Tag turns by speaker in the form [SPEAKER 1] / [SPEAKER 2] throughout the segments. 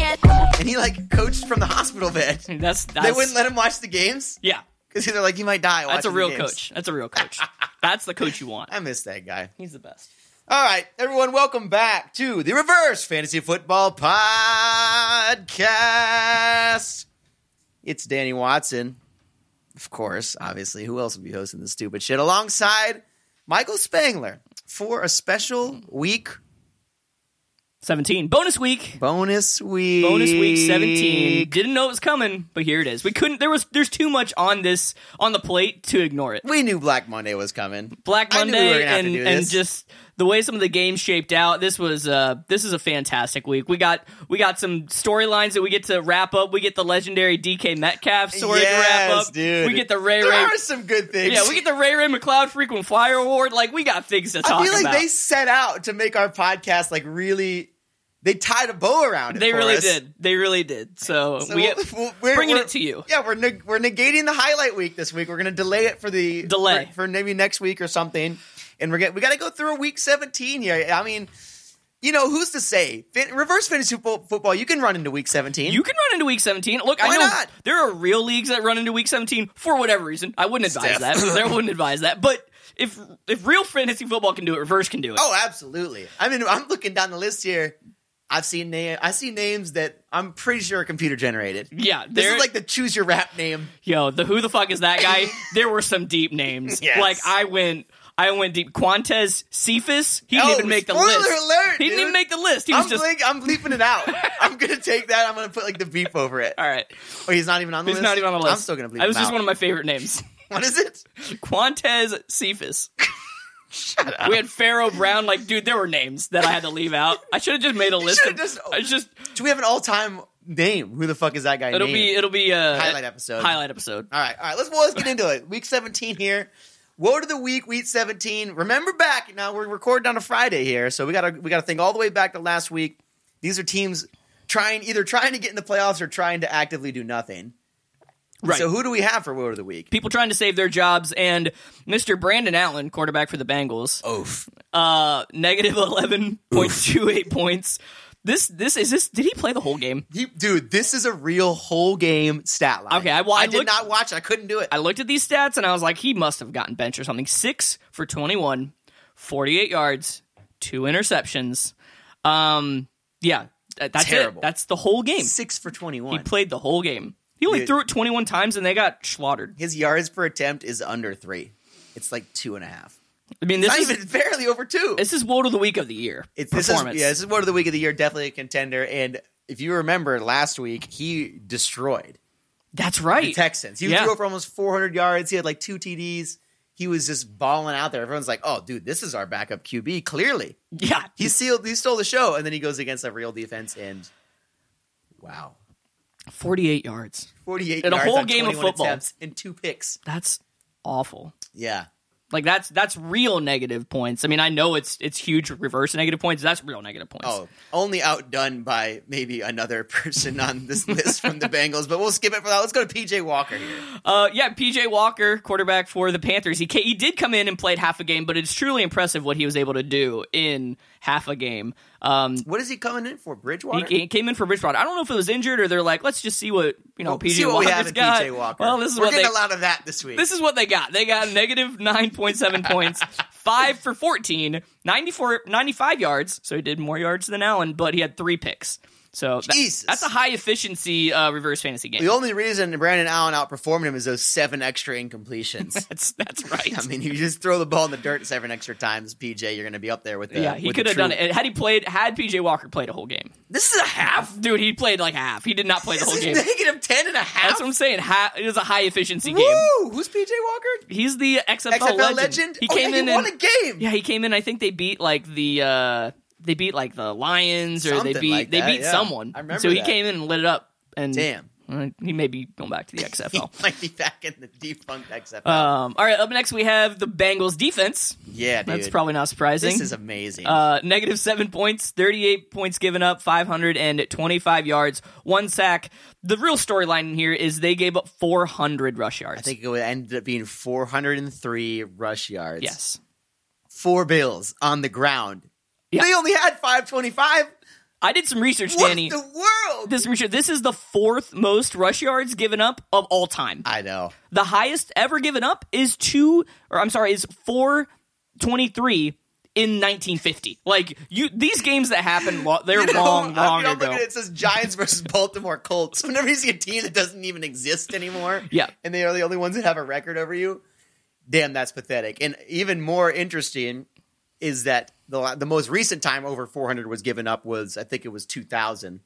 [SPEAKER 1] and he like coached from the hospital bed.
[SPEAKER 2] That's, that's
[SPEAKER 1] They wouldn't let him watch the games
[SPEAKER 2] Yeah,
[SPEAKER 1] because they're like, you might die.
[SPEAKER 2] that's a
[SPEAKER 1] watching the
[SPEAKER 2] real
[SPEAKER 1] games."
[SPEAKER 2] coach. That's a real coach. that's the coach you want.
[SPEAKER 1] I miss that guy.
[SPEAKER 2] He's the best.
[SPEAKER 1] All right, everyone, welcome back to the Reverse Fantasy Football Podcast. It's Danny Watson, of course, obviously. Who else would be hosting this stupid shit? Alongside Michael Spangler for a special week,
[SPEAKER 2] Seventeen bonus week.
[SPEAKER 1] bonus week.
[SPEAKER 2] Bonus week 17. Didn't know it was coming, but here it is. We couldn't there was there's too much on this on the plate to ignore it.
[SPEAKER 1] We knew Black Monday was coming.
[SPEAKER 2] Black
[SPEAKER 1] I knew we were
[SPEAKER 2] Monday
[SPEAKER 1] gonna have to
[SPEAKER 2] and
[SPEAKER 1] do
[SPEAKER 2] and
[SPEAKER 1] this.
[SPEAKER 2] just the way some of the games shaped out. This was uh this is a fantastic week. We got we got some storylines that we get to wrap up. We get the legendary DK Metcalf story to wrap
[SPEAKER 1] Yes,
[SPEAKER 2] up.
[SPEAKER 1] dude.
[SPEAKER 2] We get the Ray
[SPEAKER 1] There
[SPEAKER 2] Ray.
[SPEAKER 1] are some good things.
[SPEAKER 2] Yeah, we get the Ray Ray McLeod frequent flyer award. Like we got things to talk
[SPEAKER 1] I feel like
[SPEAKER 2] about.
[SPEAKER 1] they set out to make our podcast like really. They tied a bow around it.
[SPEAKER 2] They
[SPEAKER 1] for
[SPEAKER 2] really
[SPEAKER 1] us.
[SPEAKER 2] did. They really did. So,
[SPEAKER 1] So
[SPEAKER 2] we
[SPEAKER 1] we'll-
[SPEAKER 2] get,
[SPEAKER 1] we'll- we're-
[SPEAKER 2] bringing
[SPEAKER 1] we're-
[SPEAKER 2] it to you.
[SPEAKER 1] Yeah, we're neg- we're negating the highlight week this week. We're going to delay it for the
[SPEAKER 2] Delay.
[SPEAKER 1] for, for maybe next week or something. And we're get, we got to go through week seventeen here. I mean, you know who's to say Fin- reverse fantasy football, football? You can run into week seventeen.
[SPEAKER 2] You can run into week 17. Look, I
[SPEAKER 1] Why
[SPEAKER 2] know
[SPEAKER 1] not?
[SPEAKER 2] there are real leagues that run into week 17 for whatever reason. I wouldn't advise
[SPEAKER 1] Steph.
[SPEAKER 2] that. I wouldn't advise that. But if if real fantasy football can do it, reverse can do it.
[SPEAKER 1] oh, absolutely. I mean, I'm looking down the list here. I've seen name. I see names that I'm pretty sure are computer generated.
[SPEAKER 2] yeah,
[SPEAKER 1] This
[SPEAKER 2] there-
[SPEAKER 1] is like the choose your rap name.
[SPEAKER 2] yo, the who the fuck is that guy? there were some deep names.
[SPEAKER 1] Yes.
[SPEAKER 2] Like I went I went deep. Quantes Cephas, he didn't
[SPEAKER 1] Oh,
[SPEAKER 2] even make the
[SPEAKER 1] spoiler
[SPEAKER 2] list.
[SPEAKER 1] alert,
[SPEAKER 2] he didn't
[SPEAKER 1] dude.
[SPEAKER 2] even make the list. He was
[SPEAKER 1] I'm,
[SPEAKER 2] just
[SPEAKER 1] blink- I'm bleeping it out. I'm gonna take that. I'm gonna put like the beep over it.
[SPEAKER 2] all right.
[SPEAKER 1] Or he's not even on the
[SPEAKER 2] He's
[SPEAKER 1] list.
[SPEAKER 2] not even on the list.
[SPEAKER 1] I'm still gonna bleep.
[SPEAKER 2] That was
[SPEAKER 1] him
[SPEAKER 2] just
[SPEAKER 1] out.
[SPEAKER 2] one of my favorite names.
[SPEAKER 1] What is it?
[SPEAKER 2] Quantes Cephas. Shut up. We had Pharaoh Brown. Like, dude, there were names that I had to leave out. I should have just made a list. Of,
[SPEAKER 1] should've just-
[SPEAKER 2] I just
[SPEAKER 1] Do we have an all-time name? Who the fuck is that guy?
[SPEAKER 2] it'll
[SPEAKER 1] name?
[SPEAKER 2] be it'll be uh,
[SPEAKER 1] highlight episode. Uh,
[SPEAKER 2] highlight episode.
[SPEAKER 1] All right, all right. Let's well, let's get into it. Week 17 here. Woe to the week, week 17. Remember back. Now we're recording on a Friday here, so we gotta we gotta think all the way back to last week. These are teams trying either trying to get in the playoffs or trying to actively do nothing.
[SPEAKER 2] Right.
[SPEAKER 1] So who do we have for Woe to the Week?
[SPEAKER 2] People trying to save their jobs and Mr. Brandon Allen, quarterback for the Bengals,
[SPEAKER 1] Oof.
[SPEAKER 2] uh, negative eleven point two eight points. This this is this. Did he play the whole game?
[SPEAKER 1] He, dude, this is a real whole game stat line.
[SPEAKER 2] Okay, I- well, I
[SPEAKER 1] did
[SPEAKER 2] looked-
[SPEAKER 1] not watch it. I couldn't do it.
[SPEAKER 2] I looked at these stats and I was like, he must have gotten bench or something. Six for 21, 48 yards, two interceptions. Um, yeah, that- that's
[SPEAKER 1] Terrible.
[SPEAKER 2] it. That's the whole game.
[SPEAKER 1] Six for
[SPEAKER 2] He
[SPEAKER 1] 21.
[SPEAKER 2] played the whole game. He only
[SPEAKER 1] Dude.
[SPEAKER 2] threw it 21 times and they got slaughtered.
[SPEAKER 1] His yards per attempt is under three. It's like two and a half.
[SPEAKER 2] I mean, this
[SPEAKER 1] Not
[SPEAKER 2] is
[SPEAKER 1] even barely over two.
[SPEAKER 2] this is woe to the week of the year
[SPEAKER 1] It's this is
[SPEAKER 2] performance.
[SPEAKER 1] yeah, this is one of the week of the year, definitely a contender. And if you remember last week, he destroyed
[SPEAKER 2] that's
[SPEAKER 1] the
[SPEAKER 2] right.
[SPEAKER 1] Texans. He
[SPEAKER 2] Yeah.
[SPEAKER 1] threw for almost 400 yards. He had like two TDs. He was just balling out there. Everyone's like, "Oh, dude, this is our backup QB." Clearly,
[SPEAKER 2] yeah,
[SPEAKER 1] he sealed. He stole the show, and then he goes against a real defense, and wow,
[SPEAKER 2] 48 yards.
[SPEAKER 1] 48
[SPEAKER 2] In a
[SPEAKER 1] yards
[SPEAKER 2] whole
[SPEAKER 1] on
[SPEAKER 2] game of
[SPEAKER 1] 21
[SPEAKER 2] football.
[SPEAKER 1] attempts and two picks.
[SPEAKER 2] That's awful.
[SPEAKER 1] Yeah,
[SPEAKER 2] Like that's that's real negative points. I mean, I know it's it's huge reverse negative points. That's real negative points.
[SPEAKER 1] Oh, only outdone by maybe another person on this list from the Bengals, but we'll skip it for that. Let's go to PJ Walker here.
[SPEAKER 2] Uh, yeah, PJ Walker, quarterback for the Panthers. He ca- he did come in and played half a game, but it's truly impressive what he was able to do in half a game. Um,
[SPEAKER 1] What is he coming in for?
[SPEAKER 2] he,
[SPEAKER 1] Bridgewater?
[SPEAKER 2] ca- came in for Bridgewater. I don't know if it was injured or they're like, let's just see what you know.
[SPEAKER 1] Well,
[SPEAKER 2] PJ
[SPEAKER 1] Oh, see what we have
[SPEAKER 2] Walker's
[SPEAKER 1] in
[SPEAKER 2] got.
[SPEAKER 1] PJ Walker.
[SPEAKER 2] Well, Oh, this is
[SPEAKER 1] We're
[SPEAKER 2] what they
[SPEAKER 1] getting a lot of that this week.
[SPEAKER 2] this is what they got. They got negative nine point seven points, five for 14, 94, 95 yards. So he did more yards than Allen, but he had three picks. So that-
[SPEAKER 1] Jesus.
[SPEAKER 2] that's a high efficiency uh, reverse fantasy game.
[SPEAKER 1] the only reason Brandon Allen outperformed him is those seven extra incompletions.
[SPEAKER 2] That's that's right.
[SPEAKER 1] I mean, you just throw the ball in the dirt seven extra times, PJ. You're going to be up there with the
[SPEAKER 2] Yeah, he
[SPEAKER 1] with the
[SPEAKER 2] could have done
[SPEAKER 1] true-
[SPEAKER 2] it had he played. Had PJ Walker played a whole game,
[SPEAKER 1] This is a half.
[SPEAKER 2] dude, he played like half. He did not play the
[SPEAKER 1] This
[SPEAKER 2] whole
[SPEAKER 1] is
[SPEAKER 2] game.
[SPEAKER 1] negative ten and a half.
[SPEAKER 2] That's what I'm saying. Ha- it was a high efficiency game.
[SPEAKER 1] Woo! Who's PJ Walker?
[SPEAKER 2] He's the XFL,
[SPEAKER 1] XFL legend.
[SPEAKER 2] He
[SPEAKER 1] Oh,
[SPEAKER 2] came
[SPEAKER 1] yeah,
[SPEAKER 2] in
[SPEAKER 1] He won
[SPEAKER 2] and
[SPEAKER 1] a game.
[SPEAKER 2] yeah, he came in. I think they beat like the uh they beat like the Lions or they
[SPEAKER 1] Something
[SPEAKER 2] beat
[SPEAKER 1] like
[SPEAKER 2] they
[SPEAKER 1] that,
[SPEAKER 2] beat
[SPEAKER 1] yeah.
[SPEAKER 2] someone.
[SPEAKER 1] I remember
[SPEAKER 2] so he
[SPEAKER 1] that.
[SPEAKER 2] came in and lit it up. And
[SPEAKER 1] Damn.
[SPEAKER 2] uh, he may be going back to the XFL.
[SPEAKER 1] He might be back in the defunct XFL.
[SPEAKER 2] um, all right, up next we have the Bengals defense.
[SPEAKER 1] yeah, dude.
[SPEAKER 2] That's probably not surprising.
[SPEAKER 1] This is amazing.
[SPEAKER 2] Uh, negative seven points, 38 points given up, 525 yards, one sack. The real storyline here is they gave up 400 rush yards.
[SPEAKER 1] I think it would ended up being 403 rush yards.
[SPEAKER 2] yes.
[SPEAKER 1] Four Bills on the ground.
[SPEAKER 2] Yeah.
[SPEAKER 1] They only had 525.
[SPEAKER 2] I did some research,
[SPEAKER 1] What
[SPEAKER 2] Danny.
[SPEAKER 1] the world?
[SPEAKER 2] This research. This is the fourth most rush yards given up of all time.
[SPEAKER 1] I know.
[SPEAKER 2] The highest ever given up is two, or I'm sorry, is four twenty three in 1950. Like you, these games that happen, lo- they're
[SPEAKER 1] You know,
[SPEAKER 2] long,
[SPEAKER 1] I
[SPEAKER 2] long
[SPEAKER 1] mean, I'm
[SPEAKER 2] ago.
[SPEAKER 1] looking at it, it says Giants versus Baltimore Colts. Whenever you see a team that doesn't even exist anymore,
[SPEAKER 2] Yeah.
[SPEAKER 1] and they are the only ones that have a record over you, damn, that's pathetic. And even more interesting is that the la- the most recent time over 400 was given up was I think it was 2000,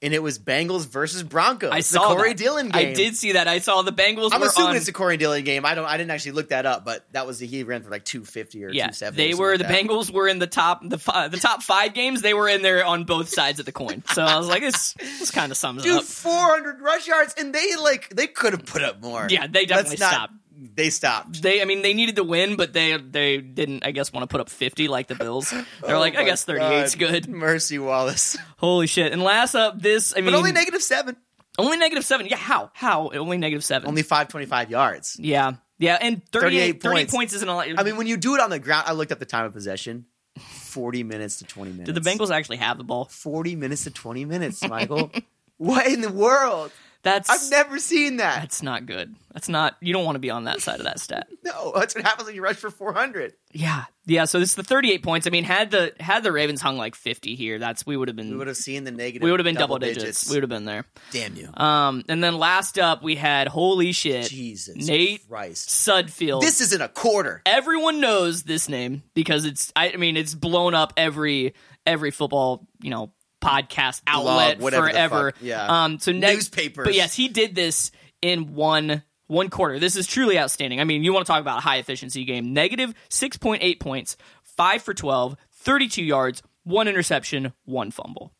[SPEAKER 1] and it was Bengals versus Broncos.
[SPEAKER 2] I
[SPEAKER 1] the
[SPEAKER 2] saw
[SPEAKER 1] Corey
[SPEAKER 2] that.
[SPEAKER 1] Dillon game.
[SPEAKER 2] I did see that. I saw the Bengals.
[SPEAKER 1] I'm
[SPEAKER 2] were
[SPEAKER 1] assuming
[SPEAKER 2] on,
[SPEAKER 1] it's a Corey Dillon game. I don't. I didn't actually look that up, but that was the he ran for like 250 or
[SPEAKER 2] Yeah,
[SPEAKER 1] 270.
[SPEAKER 2] they
[SPEAKER 1] or something
[SPEAKER 2] were
[SPEAKER 1] like
[SPEAKER 2] the
[SPEAKER 1] that.
[SPEAKER 2] Bengals were in the top the fi- the top five games. They were in there on both sides of the coin. So I was like, this this kind of sums it
[SPEAKER 1] dude,
[SPEAKER 2] up.
[SPEAKER 1] 400 rush yards, and they like they could have put up more.
[SPEAKER 2] Yeah, they definitely
[SPEAKER 1] not-
[SPEAKER 2] stopped.
[SPEAKER 1] They stopped.
[SPEAKER 2] They, I mean, they needed to win, but they they didn't. I guess want to put up fifty like the Bills. They're like, I guess 38's good.
[SPEAKER 1] Oh Mercy Wallace,
[SPEAKER 2] Holy shit! And last up, this I mean,
[SPEAKER 1] but only negative seven,
[SPEAKER 2] only negative seven. Yeah, how how only negative seven?
[SPEAKER 1] only 525 yards.
[SPEAKER 2] yeah, yeah, and 38,
[SPEAKER 1] 38
[SPEAKER 2] 30
[SPEAKER 1] points.
[SPEAKER 2] points isn't a lot.
[SPEAKER 1] I mean, when you do it on the ground, I looked up the time of possession, 40 minutes to 20 minutes.
[SPEAKER 2] did the Bengals actually have the ball?
[SPEAKER 1] 40 minutes to 20 minutes, Michael? what in the world?
[SPEAKER 2] That's
[SPEAKER 1] I've never seen that.
[SPEAKER 2] that's not good. That's not. You don't want to be on that side of that stat.
[SPEAKER 1] No, that's what happens when you rush for 400.
[SPEAKER 2] Yeah, yeah. So this is the 38 points. I mean, had the had the Ravens hung like 50 here, that's we would have been
[SPEAKER 1] We would have seen the negative.
[SPEAKER 2] we would have been double, digits. We would have been there.
[SPEAKER 1] Damn you,
[SPEAKER 2] Um, and then last up we had holy shit,
[SPEAKER 1] Jesus
[SPEAKER 2] Nate
[SPEAKER 1] Christ!
[SPEAKER 2] Sudfield.
[SPEAKER 1] This isn't a quarter.
[SPEAKER 2] everyone knows this name because it's I, I mean it's blown up every every football you know podcast outlet
[SPEAKER 1] whatever the
[SPEAKER 2] forever.
[SPEAKER 1] fuck, yeah.
[SPEAKER 2] Um. So next
[SPEAKER 1] Newspapers.
[SPEAKER 2] But yes, he did this in one one quarter. This is truly outstanding. I mean, you want to talk about a high efficiency game? Negative six point eight points, five for 12, 32 yards, one interception, one fumble.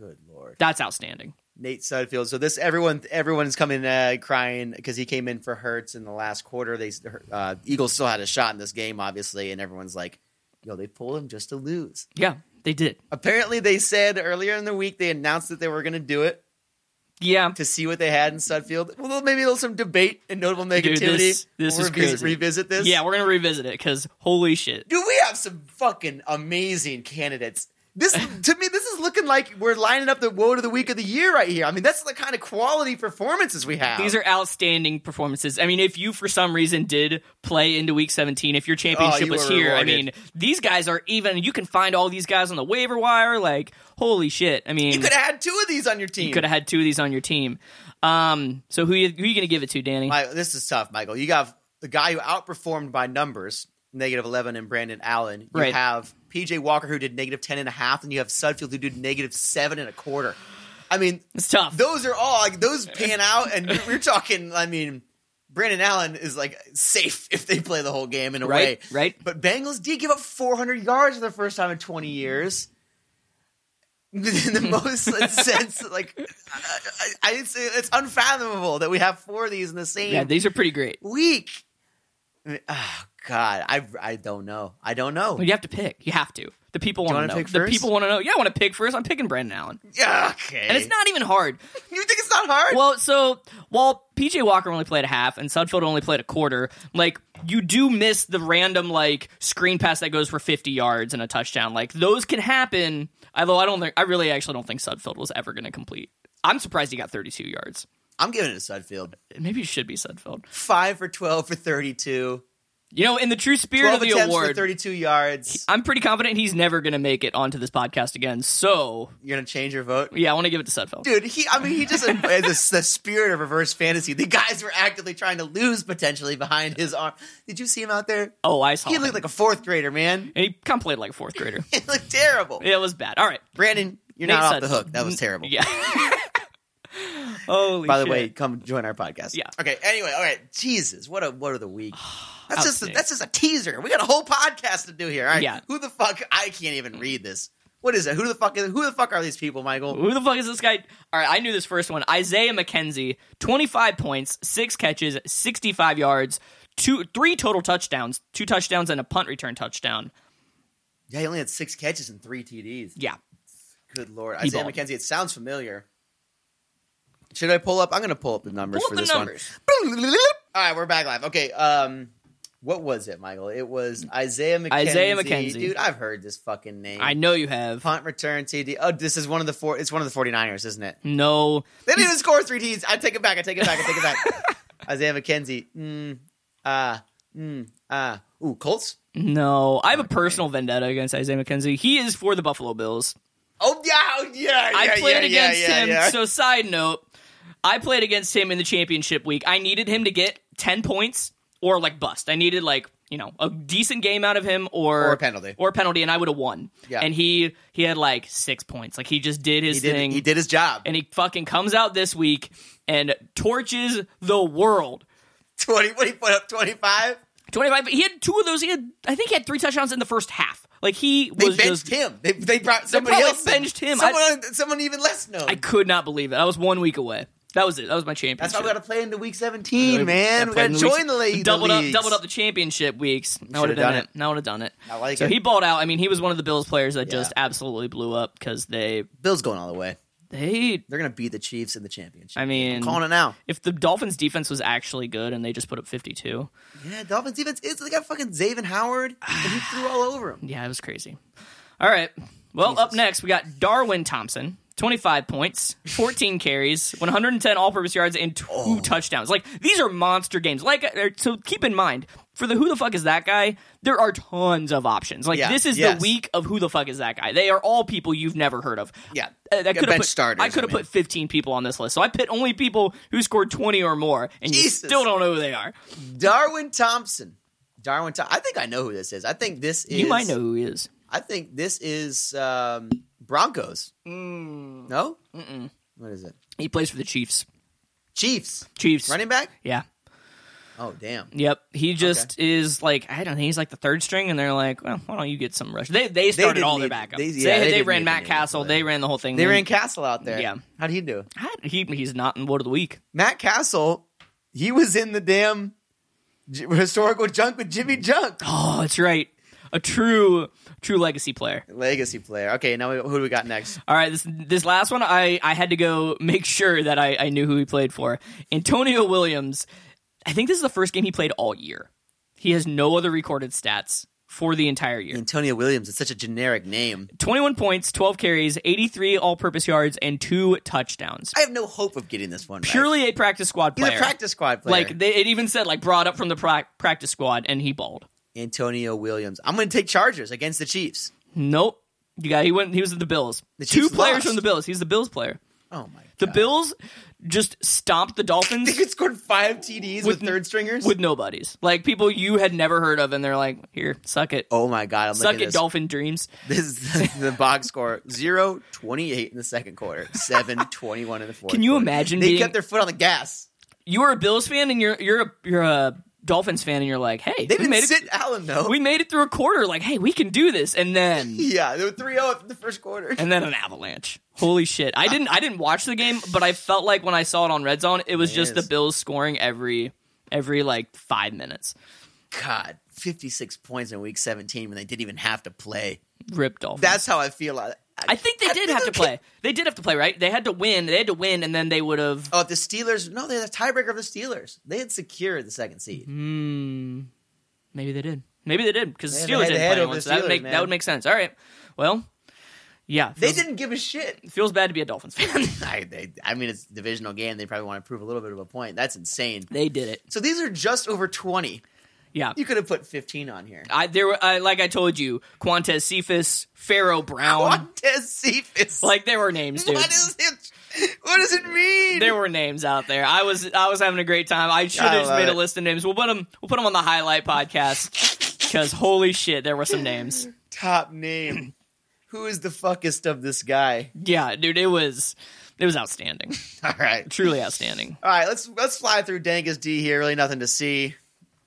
[SPEAKER 1] Good lord.
[SPEAKER 2] That's outstanding.
[SPEAKER 1] Nate Sudfield. So this everyone everyone's coming uh, crying because he came in for Hertz in the last quarter. They uh, Eagles still had a shot in this game, obviously, and everyone's like, "Yo, they pulled him just to lose."
[SPEAKER 2] Yeah, they did.
[SPEAKER 1] Apparently, they said earlier in the week they announced that they were going to do it
[SPEAKER 2] Yeah.
[SPEAKER 1] to see what they had in Sudfield. Well, maybe there's some debate and notable negativity.
[SPEAKER 2] this- this
[SPEAKER 1] We'll
[SPEAKER 2] is
[SPEAKER 1] revisit,
[SPEAKER 2] crazy.
[SPEAKER 1] revisit this.
[SPEAKER 2] Yeah, we're gonna revisit it because holy shit.
[SPEAKER 1] dude, we have some fucking amazing candidates. This to me, this is looking like we're lining up the woe to the week of the year right here. I mean, that's the kind of quality performances we have.
[SPEAKER 2] These are outstanding performances. I mean, if you for some reason did play into week 17, if your championship
[SPEAKER 1] Oh, you
[SPEAKER 2] was
[SPEAKER 1] were
[SPEAKER 2] here, I
[SPEAKER 1] rewarded.
[SPEAKER 2] mean, these guys are even, you can find all these guys on the waiver wire. Like, holy shit. I mean,
[SPEAKER 1] You could have had two of these on your team.
[SPEAKER 2] could have had two of these on your team. Um, so who you, who you going to give it to, Danny?
[SPEAKER 1] My- this is tough, Michael. You got the guy who outperformed by numbers, negative 11, and Brandon Allen. You
[SPEAKER 2] Right.
[SPEAKER 1] have PJ Walker, who did negative 10 and a half, and you have Sudfield, who did negative seven and a quarter. I mean,
[SPEAKER 2] it's tough.
[SPEAKER 1] those are all, like, those pan out, and we're- we're talking, I mean, Brandon Allen is like safe if they play the whole game in a way.
[SPEAKER 2] Right, right.
[SPEAKER 1] But Bengals did give up 400 yards for the first time in 20 years. the
[SPEAKER 2] Hmm.
[SPEAKER 1] most sense, like, I, I, it's, it's unfathomable that we have four of these in the same
[SPEAKER 2] yeah, these are pretty great.
[SPEAKER 1] week. I mean, oh God, I I don't know. I don't know.
[SPEAKER 2] Well, you have to pick. You have to. The people
[SPEAKER 1] you
[SPEAKER 2] want to
[SPEAKER 1] wanna
[SPEAKER 2] know.
[SPEAKER 1] pick
[SPEAKER 2] the
[SPEAKER 1] first?
[SPEAKER 2] people want to know. Yeah, I want to pick first. I'm picking Brandon Allen,
[SPEAKER 1] Yeah, okay.
[SPEAKER 2] and it's not even hard.
[SPEAKER 1] You think it's not hard?
[SPEAKER 2] Well, so while PJ Walker only played a half and Sudfeld only played a quarter, like you do miss the random like screen pass that goes for 50 yards and a touchdown. Like those can happen. Although I don't think I really actually don't think Sudfeld was ever going to complete. I'm surprised he got 32 yards.
[SPEAKER 1] I'm giving it to Sudfield.
[SPEAKER 2] Maybe it should be Sudfeld.
[SPEAKER 1] Five for twelve for thirty-two.
[SPEAKER 2] You know, in the true spirit
[SPEAKER 1] Twelve
[SPEAKER 2] of the
[SPEAKER 1] attempts for
[SPEAKER 2] award,
[SPEAKER 1] thirty-two yards.
[SPEAKER 2] I'm pretty confident he's never going to make it onto this podcast again. So,
[SPEAKER 1] You're gonna change your vote,
[SPEAKER 2] yeah, I want to give it to Sudfeld.
[SPEAKER 1] dude. He, I mean, he just the, the spirit of reverse fantasy. The guys were actively trying to lose potentially behind his arm. Did you see him out there?
[SPEAKER 2] Oh, I saw.
[SPEAKER 1] He
[SPEAKER 2] him.
[SPEAKER 1] looked like a fourth grader, man.
[SPEAKER 2] and he kind of played like a fourth grader.
[SPEAKER 1] It looked terrible.
[SPEAKER 2] it was bad. All right.
[SPEAKER 1] Brandon, you're
[SPEAKER 2] Nate
[SPEAKER 1] not
[SPEAKER 2] Sudfeld.
[SPEAKER 1] off the hook. That was terrible.
[SPEAKER 2] Yeah. Holy
[SPEAKER 1] By the
[SPEAKER 2] shit.
[SPEAKER 1] way, come join our podcast.
[SPEAKER 2] Yeah.
[SPEAKER 1] Okay. Anyway, all right. Jesus, what a what of the week. That's just
[SPEAKER 2] Outstanding.
[SPEAKER 1] that's just a teaser. We got a whole podcast to do here. All right.
[SPEAKER 2] Yeah.
[SPEAKER 1] Who the fuck? I can't even read this. What is it? Who the fuck is? Who the fuck are these people, Michael?
[SPEAKER 2] Who the fuck is this guy? All right, I knew this first one. Isaiah McKenzie, 25 points, 6 catches, 65 yards, two three total touchdowns, two touchdowns and a punt return touchdown.
[SPEAKER 1] Yeah, he only had six catches and three TDs.
[SPEAKER 2] Yeah.
[SPEAKER 1] Good lord, Isaiah
[SPEAKER 2] balled.
[SPEAKER 1] McKenzie. It sounds familiar. Should I pull up? I'm going to pull up the numbers
[SPEAKER 2] Pull up
[SPEAKER 1] for
[SPEAKER 2] the
[SPEAKER 1] this
[SPEAKER 2] numbers.
[SPEAKER 1] one. All right, we're back live. Okay. Um, What was it, Michael? It was Isaiah McKenzie.
[SPEAKER 2] Isaiah McKenzie.
[SPEAKER 1] Dude, I've heard this fucking name.
[SPEAKER 2] I know you have.
[SPEAKER 1] Punt return TD. Oh, this is one of the four. It's one of the 49ers, isn't it?
[SPEAKER 2] No.
[SPEAKER 1] They didn't even score three T's. I take it back. I take it back. I take it back. Isaiah McKenzie. Mm, ah, mm, ah. Ooh, Colts?
[SPEAKER 2] No. I have a personal vendetta against Isaiah McKenzie. He is for the Buffalo Bills.
[SPEAKER 1] Oh, yeah. oh, yeah, yeah
[SPEAKER 2] I played
[SPEAKER 1] yeah,
[SPEAKER 2] against
[SPEAKER 1] yeah, yeah,
[SPEAKER 2] him.
[SPEAKER 1] yeah.
[SPEAKER 2] So, side note, I played against him in the championship week. I needed him to get 10 points or like bust. I needed like, you know, a decent game out of him or,
[SPEAKER 1] Or a penalty.
[SPEAKER 2] Or a penalty, and I would have won.
[SPEAKER 1] Yeah.
[SPEAKER 2] And he he had like six points. Like, he just did his
[SPEAKER 1] he, did,
[SPEAKER 2] thing.
[SPEAKER 1] he did his job.
[SPEAKER 2] And he fucking comes out this week and torches the world.
[SPEAKER 1] 20, what he put up? 25?
[SPEAKER 2] 25. He had two of those. He had, I think he had three touchdowns in the first half. Like, he
[SPEAKER 1] They
[SPEAKER 2] was
[SPEAKER 1] benched
[SPEAKER 2] just.
[SPEAKER 1] him. They, they brought somebody
[SPEAKER 2] probably
[SPEAKER 1] else. in.
[SPEAKER 2] benched him. I-
[SPEAKER 1] Someone, someone even less known.
[SPEAKER 2] I could not believe it. I was one week away. That was it. That was my championship.
[SPEAKER 1] That's why we got to play into week 17, man.
[SPEAKER 2] I
[SPEAKER 1] We
[SPEAKER 2] played
[SPEAKER 1] got
[SPEAKER 2] in
[SPEAKER 1] to
[SPEAKER 2] the
[SPEAKER 1] join
[SPEAKER 2] weeks-
[SPEAKER 1] the league.
[SPEAKER 2] Doubled
[SPEAKER 1] the
[SPEAKER 2] up,
[SPEAKER 1] leagues.
[SPEAKER 2] doubled up the championship weeks. I would have
[SPEAKER 1] Should've
[SPEAKER 2] done
[SPEAKER 1] done
[SPEAKER 2] it. I would have done it.
[SPEAKER 1] I like
[SPEAKER 2] so
[SPEAKER 1] it.
[SPEAKER 2] he balled out. I mean, he was one of the Bills players that
[SPEAKER 1] Yeah.
[SPEAKER 2] just absolutely blew up because they
[SPEAKER 1] Bills going all the way.
[SPEAKER 2] they.
[SPEAKER 1] They're going to beat the Chiefs in the championship.
[SPEAKER 2] I mean,
[SPEAKER 1] calling it now.
[SPEAKER 2] if the Dolphins defense was actually good and they just put up fifty two,
[SPEAKER 1] Yeah, Dolphins defense is. They got fucking Zaven Howard, and he threw all over him.
[SPEAKER 2] yeah, it was crazy. All right. Well, up next we got Darwin Thompson. 25 points, 14 carries, 110 all-purpose yards, and two
[SPEAKER 1] Oh.
[SPEAKER 2] touchdowns. Like these are monster games. Like uh, so, keep in mind for the who the fuck is that guy? There are tons of options. Like
[SPEAKER 1] Yeah,
[SPEAKER 2] this is
[SPEAKER 1] yes.
[SPEAKER 2] the week of who the fuck is that guy? They are all people you've never heard of.
[SPEAKER 1] Yeah.
[SPEAKER 2] Uh, that
[SPEAKER 1] Yeah,
[SPEAKER 2] could have
[SPEAKER 1] bench
[SPEAKER 2] put,
[SPEAKER 1] starters,
[SPEAKER 2] I could have
[SPEAKER 1] I mean.
[SPEAKER 2] put 15 people on this list. So I pit only people who scored 20 or more, and
[SPEAKER 1] Jesus.
[SPEAKER 2] you still don't know who they are.
[SPEAKER 1] Darwin Thompson. Darwin Thompson. I think I know who this is. I think this is.
[SPEAKER 2] You might know who he is.
[SPEAKER 1] I think this is um, Broncos.
[SPEAKER 2] Hmm.
[SPEAKER 1] No? Mm-mm. is it?
[SPEAKER 2] He plays for the Chiefs.
[SPEAKER 1] Chiefs.
[SPEAKER 2] Chiefs.
[SPEAKER 1] Running back?
[SPEAKER 2] Yeah.
[SPEAKER 1] Oh, damn.
[SPEAKER 2] Yep, he just is like I don't know. He's like the third string, and they're like, well, why don't you get some rush? They they started
[SPEAKER 1] didn't
[SPEAKER 2] all their
[SPEAKER 1] need-
[SPEAKER 2] backups. They,
[SPEAKER 1] they- yeah, they
[SPEAKER 2] they,
[SPEAKER 1] didn't
[SPEAKER 2] ran
[SPEAKER 1] need
[SPEAKER 2] Matt
[SPEAKER 1] anyone,
[SPEAKER 2] Castle.
[SPEAKER 1] but-
[SPEAKER 2] They ran the whole thing.
[SPEAKER 1] They
[SPEAKER 2] Then-
[SPEAKER 1] ran Castle out there.
[SPEAKER 2] Yeah.
[SPEAKER 1] How'd he do?
[SPEAKER 2] How- He he's not in Word of the Week.
[SPEAKER 1] Matt Castle, he was in the damn j- historical junk with Jimmy Junk.
[SPEAKER 2] Oh, that's right, a true true legacy player.
[SPEAKER 1] Legacy player. Okay, now we, who do we got next?
[SPEAKER 2] All right, this this last one, I I had to go make sure that I I knew who he played for. Antonio Williams. I think this is the first game he played all year. He has no other recorded stats for the entire year.
[SPEAKER 1] Antonio Williams. It's such a generic name.
[SPEAKER 2] 21 points, 12 carries, 83 all-purpose yards and two touchdowns.
[SPEAKER 1] I have no hope of getting this one. right.
[SPEAKER 2] purely a practice squad
[SPEAKER 1] He's
[SPEAKER 2] player.
[SPEAKER 1] a practice squad player.
[SPEAKER 2] Like they, it even said, like brought up from the pra- practice squad, and he balled.
[SPEAKER 1] Antonio Williams. I'm going to take Chargers against the Chiefs.
[SPEAKER 2] Nope, you got he went. He was at the Bills.
[SPEAKER 1] The
[SPEAKER 2] Two
[SPEAKER 1] Chiefs
[SPEAKER 2] players
[SPEAKER 1] lost.
[SPEAKER 2] from the Bills. He's the Bills player.
[SPEAKER 1] Oh my
[SPEAKER 2] The
[SPEAKER 1] god.
[SPEAKER 2] Bills just stomped the
[SPEAKER 1] They
[SPEAKER 2] Dolphins
[SPEAKER 1] could scored five TDs with,
[SPEAKER 2] With-
[SPEAKER 1] third stringers.
[SPEAKER 2] with nobodies, like people you had never heard of, and they're like, "Here, suck it,
[SPEAKER 1] oh my god, I'm
[SPEAKER 2] suck it,
[SPEAKER 1] looking at this.
[SPEAKER 2] Dolphin dreams."
[SPEAKER 1] This is the box score 0 28 in the second quarter, 7 21 in the fourth.
[SPEAKER 2] Can you
[SPEAKER 1] quarter.
[SPEAKER 2] imagine
[SPEAKER 1] They
[SPEAKER 2] being-
[SPEAKER 1] kept their foot on the gas.
[SPEAKER 2] You are a Bills fan, and you're you're a, you're a Dolphins fan, and you're like, "Hey,
[SPEAKER 1] They
[SPEAKER 2] we
[SPEAKER 1] didn't
[SPEAKER 2] made
[SPEAKER 1] sit
[SPEAKER 2] it.
[SPEAKER 1] Allen though.
[SPEAKER 2] We made it through a quarter. Like, hey, we can do this." And then
[SPEAKER 1] yeah, they were 3 0 after the first quarter.
[SPEAKER 2] and then an avalanche. Holy shit! I didn't I didn't watch the game, but I felt like when I saw it on Red Zone, it was just the
[SPEAKER 1] Yes.
[SPEAKER 2] Bills scoring every every like five minutes.
[SPEAKER 1] God, 56 points in week 17 when they didn't even have to play.
[SPEAKER 2] Ripped off.
[SPEAKER 1] That's how I feel. I,
[SPEAKER 2] I think they did have to play. They did have to play, right? They had to win. They had to win, and then they would have.
[SPEAKER 1] Oh, the Steelers. No, they had a tiebreaker of the Steelers. They had secured the second seed.
[SPEAKER 2] Hmm. maybe they did. Maybe they did because the
[SPEAKER 1] Yeah, they had
[SPEAKER 2] Steelers didn't
[SPEAKER 1] the
[SPEAKER 2] play
[SPEAKER 1] head over
[SPEAKER 2] anyone,
[SPEAKER 1] the
[SPEAKER 2] so that would
[SPEAKER 1] Steelers,
[SPEAKER 2] make that
[SPEAKER 1] man.
[SPEAKER 2] would make sense. All right. Well, yeah.
[SPEAKER 1] They
[SPEAKER 2] Feels,
[SPEAKER 1] didn't give a shit.
[SPEAKER 2] feels bad to be a Dolphins fan.
[SPEAKER 1] I, they, I mean, it's a divisional game. They probably want to prove a little bit of a point. That's insane.
[SPEAKER 2] they did it.
[SPEAKER 1] So these are just over 20.
[SPEAKER 2] Yeah.
[SPEAKER 1] You could have put 15 on here.
[SPEAKER 2] I there were I, like I told you, Quantez Cephas, Pharaoh Brown.
[SPEAKER 1] Montez Cephas.
[SPEAKER 2] Um, Like there were names, dude.
[SPEAKER 1] what is it? What does it mean?
[SPEAKER 2] there were names out there. I was I was having a great time. I should
[SPEAKER 1] I
[SPEAKER 2] have just
[SPEAKER 1] love
[SPEAKER 2] made a
[SPEAKER 1] it.
[SPEAKER 2] list of names. We'll put them we'll put them on the highlight podcast because holy shit, there were some names.
[SPEAKER 1] Top name. Who is the fuckest of this guy?
[SPEAKER 2] Yeah, dude, it was it was outstanding,
[SPEAKER 1] All right.
[SPEAKER 2] truly outstanding.
[SPEAKER 1] All right, let's let's fly through Dangus D here. Really nothing to see.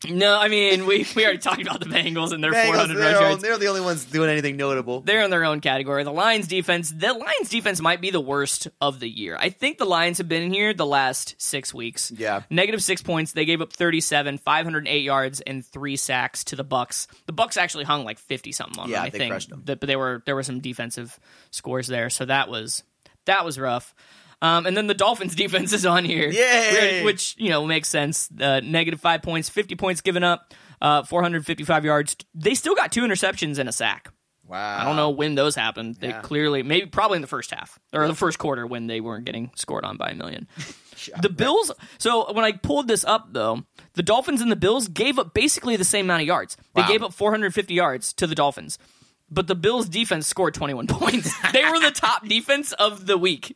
[SPEAKER 2] No, I mean we we already talked about the Bengals and their
[SPEAKER 1] Bengals,
[SPEAKER 2] 400
[SPEAKER 1] they're,
[SPEAKER 2] rush
[SPEAKER 1] all-
[SPEAKER 2] yards.
[SPEAKER 1] they're the only ones doing anything notable.
[SPEAKER 2] They're in their own category. The Lions defense, the Lions defense might be the worst of the year. I think the Lions have been here the last six weeks.
[SPEAKER 1] Yeah.
[SPEAKER 2] negative six points. They gave up 37, 508 yards, and three sacks to the Bucks. The Bucks actually hung like 50 something on
[SPEAKER 1] Yeah,
[SPEAKER 2] them. I
[SPEAKER 1] they
[SPEAKER 2] think.
[SPEAKER 1] crushed them.
[SPEAKER 2] Th- but there were there were some defensive scores there, so that was that was rough. Um, and then the Dolphins defense is on here.
[SPEAKER 1] Yay!
[SPEAKER 2] Where- Which, you know, makes sense. Uh, negative five points, 50 points given up, uh, 455 yards. They still got two interceptions and a sack.
[SPEAKER 1] Wow.
[SPEAKER 2] I don't know when those happened. They
[SPEAKER 1] Yeah.
[SPEAKER 2] clearly, maybe probably in the first half or the first quarter when they weren't getting scored on by a million. the Bills. So when I pulled this up, though, the Dolphins and the Bills gave up basically the same amount of yards. They
[SPEAKER 1] Wow.
[SPEAKER 2] gave up 450 yards to the Dolphins, but the Bills defense scored 21 points. they were the top defense of the week.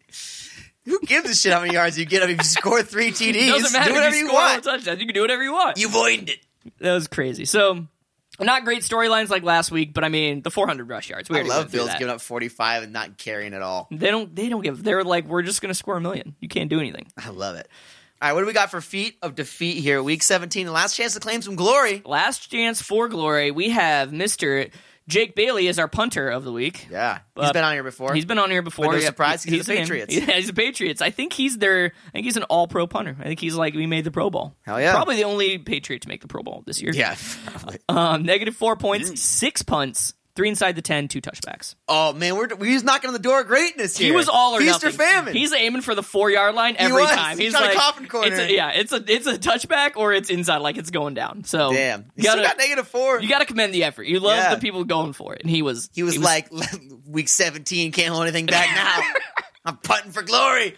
[SPEAKER 1] Who gives a shit how many yards you get up if you score three TDs?
[SPEAKER 2] It doesn't matter
[SPEAKER 1] do whatever you,
[SPEAKER 2] if you, score all
[SPEAKER 1] want.
[SPEAKER 2] the touchdowns. You can do whatever you want.
[SPEAKER 1] You voided it.
[SPEAKER 2] that was crazy. So. Not great storylines like last week, but I mean the 400 rush yards. We
[SPEAKER 1] I
[SPEAKER 2] already went
[SPEAKER 1] love
[SPEAKER 2] through
[SPEAKER 1] Bills
[SPEAKER 2] that.
[SPEAKER 1] giving up 45 and not carrying at all.
[SPEAKER 2] They don't. They don't give. They're like, we're just going to score a million. You can't do anything.
[SPEAKER 1] I love it. All right, what do we got for feet of defeat here? Week 17, the last chance to claim some glory.
[SPEAKER 2] Last chance for glory. We have Mister Jake Bailey as our punter of the week.
[SPEAKER 1] Yeah.
[SPEAKER 2] Uh,
[SPEAKER 1] he's been on here before.
[SPEAKER 2] He's been on here before.
[SPEAKER 1] no
[SPEAKER 2] Yep.
[SPEAKER 1] surprise, he's the
[SPEAKER 2] in.
[SPEAKER 1] Patriots.
[SPEAKER 2] Yeah, he's the Patriots. I think he's their. I think he's an All-Pro punter. I think he's like we made the Pro Bowl.
[SPEAKER 1] Hell yeah.
[SPEAKER 2] Probably the only Patriot to make the Pro Bowl this year.
[SPEAKER 1] Yeah. Mm.
[SPEAKER 2] Um, negative four points, six punts, three inside the ten, two touchbacks.
[SPEAKER 1] oh, man, we're, he's knocking on the door of greatness
[SPEAKER 2] He
[SPEAKER 1] here.
[SPEAKER 2] was all or
[SPEAKER 1] Feast
[SPEAKER 2] nothing.
[SPEAKER 1] or famine.
[SPEAKER 2] He's aiming for the four yard line every
[SPEAKER 1] was.
[SPEAKER 2] time.
[SPEAKER 1] He's
[SPEAKER 2] He's
[SPEAKER 1] trying to
[SPEAKER 2] like,
[SPEAKER 1] coffin corner.
[SPEAKER 2] It's a, yeah, it's a it's a touchback or it's inside, like it's going down. So
[SPEAKER 1] Damn.
[SPEAKER 2] you
[SPEAKER 1] He's
[SPEAKER 2] gotta,
[SPEAKER 1] still got negative four.
[SPEAKER 2] you gotta commend the effort. You love
[SPEAKER 1] Yeah.
[SPEAKER 2] the people going for it, and he was
[SPEAKER 1] he was like, week 17, can't hold anything back now. I'm punting for glory.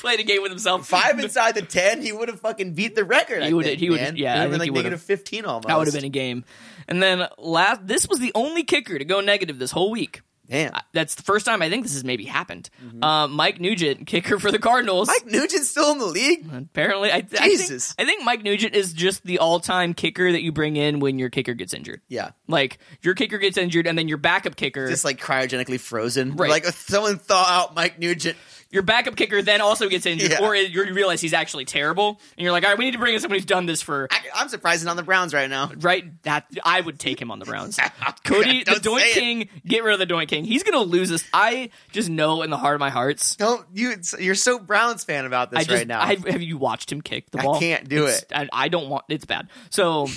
[SPEAKER 2] played a game with himself.
[SPEAKER 1] Five inside the 10, he would have fucking beat the record.
[SPEAKER 2] He
[SPEAKER 1] would
[SPEAKER 2] would've-
[SPEAKER 1] have.
[SPEAKER 2] he would've- yeah, I
[SPEAKER 1] would have been
[SPEAKER 2] think he
[SPEAKER 1] like
[SPEAKER 2] would've.
[SPEAKER 1] negative 15 almost.
[SPEAKER 2] That would have been a game. And then last, this was the only kicker to go negative this whole week.
[SPEAKER 1] Damn.
[SPEAKER 2] I- That's the first time I think this has maybe happened. Uh, Mike Nugent, kicker for the Cardinals.
[SPEAKER 1] Mm-hmm. Mike Nugent's still in the league?
[SPEAKER 2] Apparently, I, th-
[SPEAKER 1] Jesus.
[SPEAKER 2] I, think, I think Mike Nugent is just the all-time kicker that you bring in when your kicker gets injured.
[SPEAKER 1] Yeah.
[SPEAKER 2] Like your kicker gets injured, and then your backup kicker,
[SPEAKER 1] Just like cryogenically frozen.
[SPEAKER 2] Right.
[SPEAKER 1] Like if someone thaw out Mike Nugent.
[SPEAKER 2] your backup kicker, then also gets injured,
[SPEAKER 1] Yeah.
[SPEAKER 2] or it- you realize he's actually terrible, and you're like, all right, we need to bring in someone who's done this for
[SPEAKER 1] I, I'm surprised he's on the Browns right now.
[SPEAKER 2] right. That I would take him on the Browns. Cody, the
[SPEAKER 1] Don't say
[SPEAKER 2] Doink
[SPEAKER 1] it.
[SPEAKER 2] King, get rid of the Doink King. He's gonna lose this. I just know in the heart of my hearts.
[SPEAKER 1] Don't you? You're so Browns fan about this
[SPEAKER 2] I just,
[SPEAKER 1] right now.
[SPEAKER 2] I, have you watched him kick the
[SPEAKER 1] I
[SPEAKER 2] ball?
[SPEAKER 1] can't do
[SPEAKER 2] It's-
[SPEAKER 1] it.
[SPEAKER 2] I, I don't want. It's bad. So.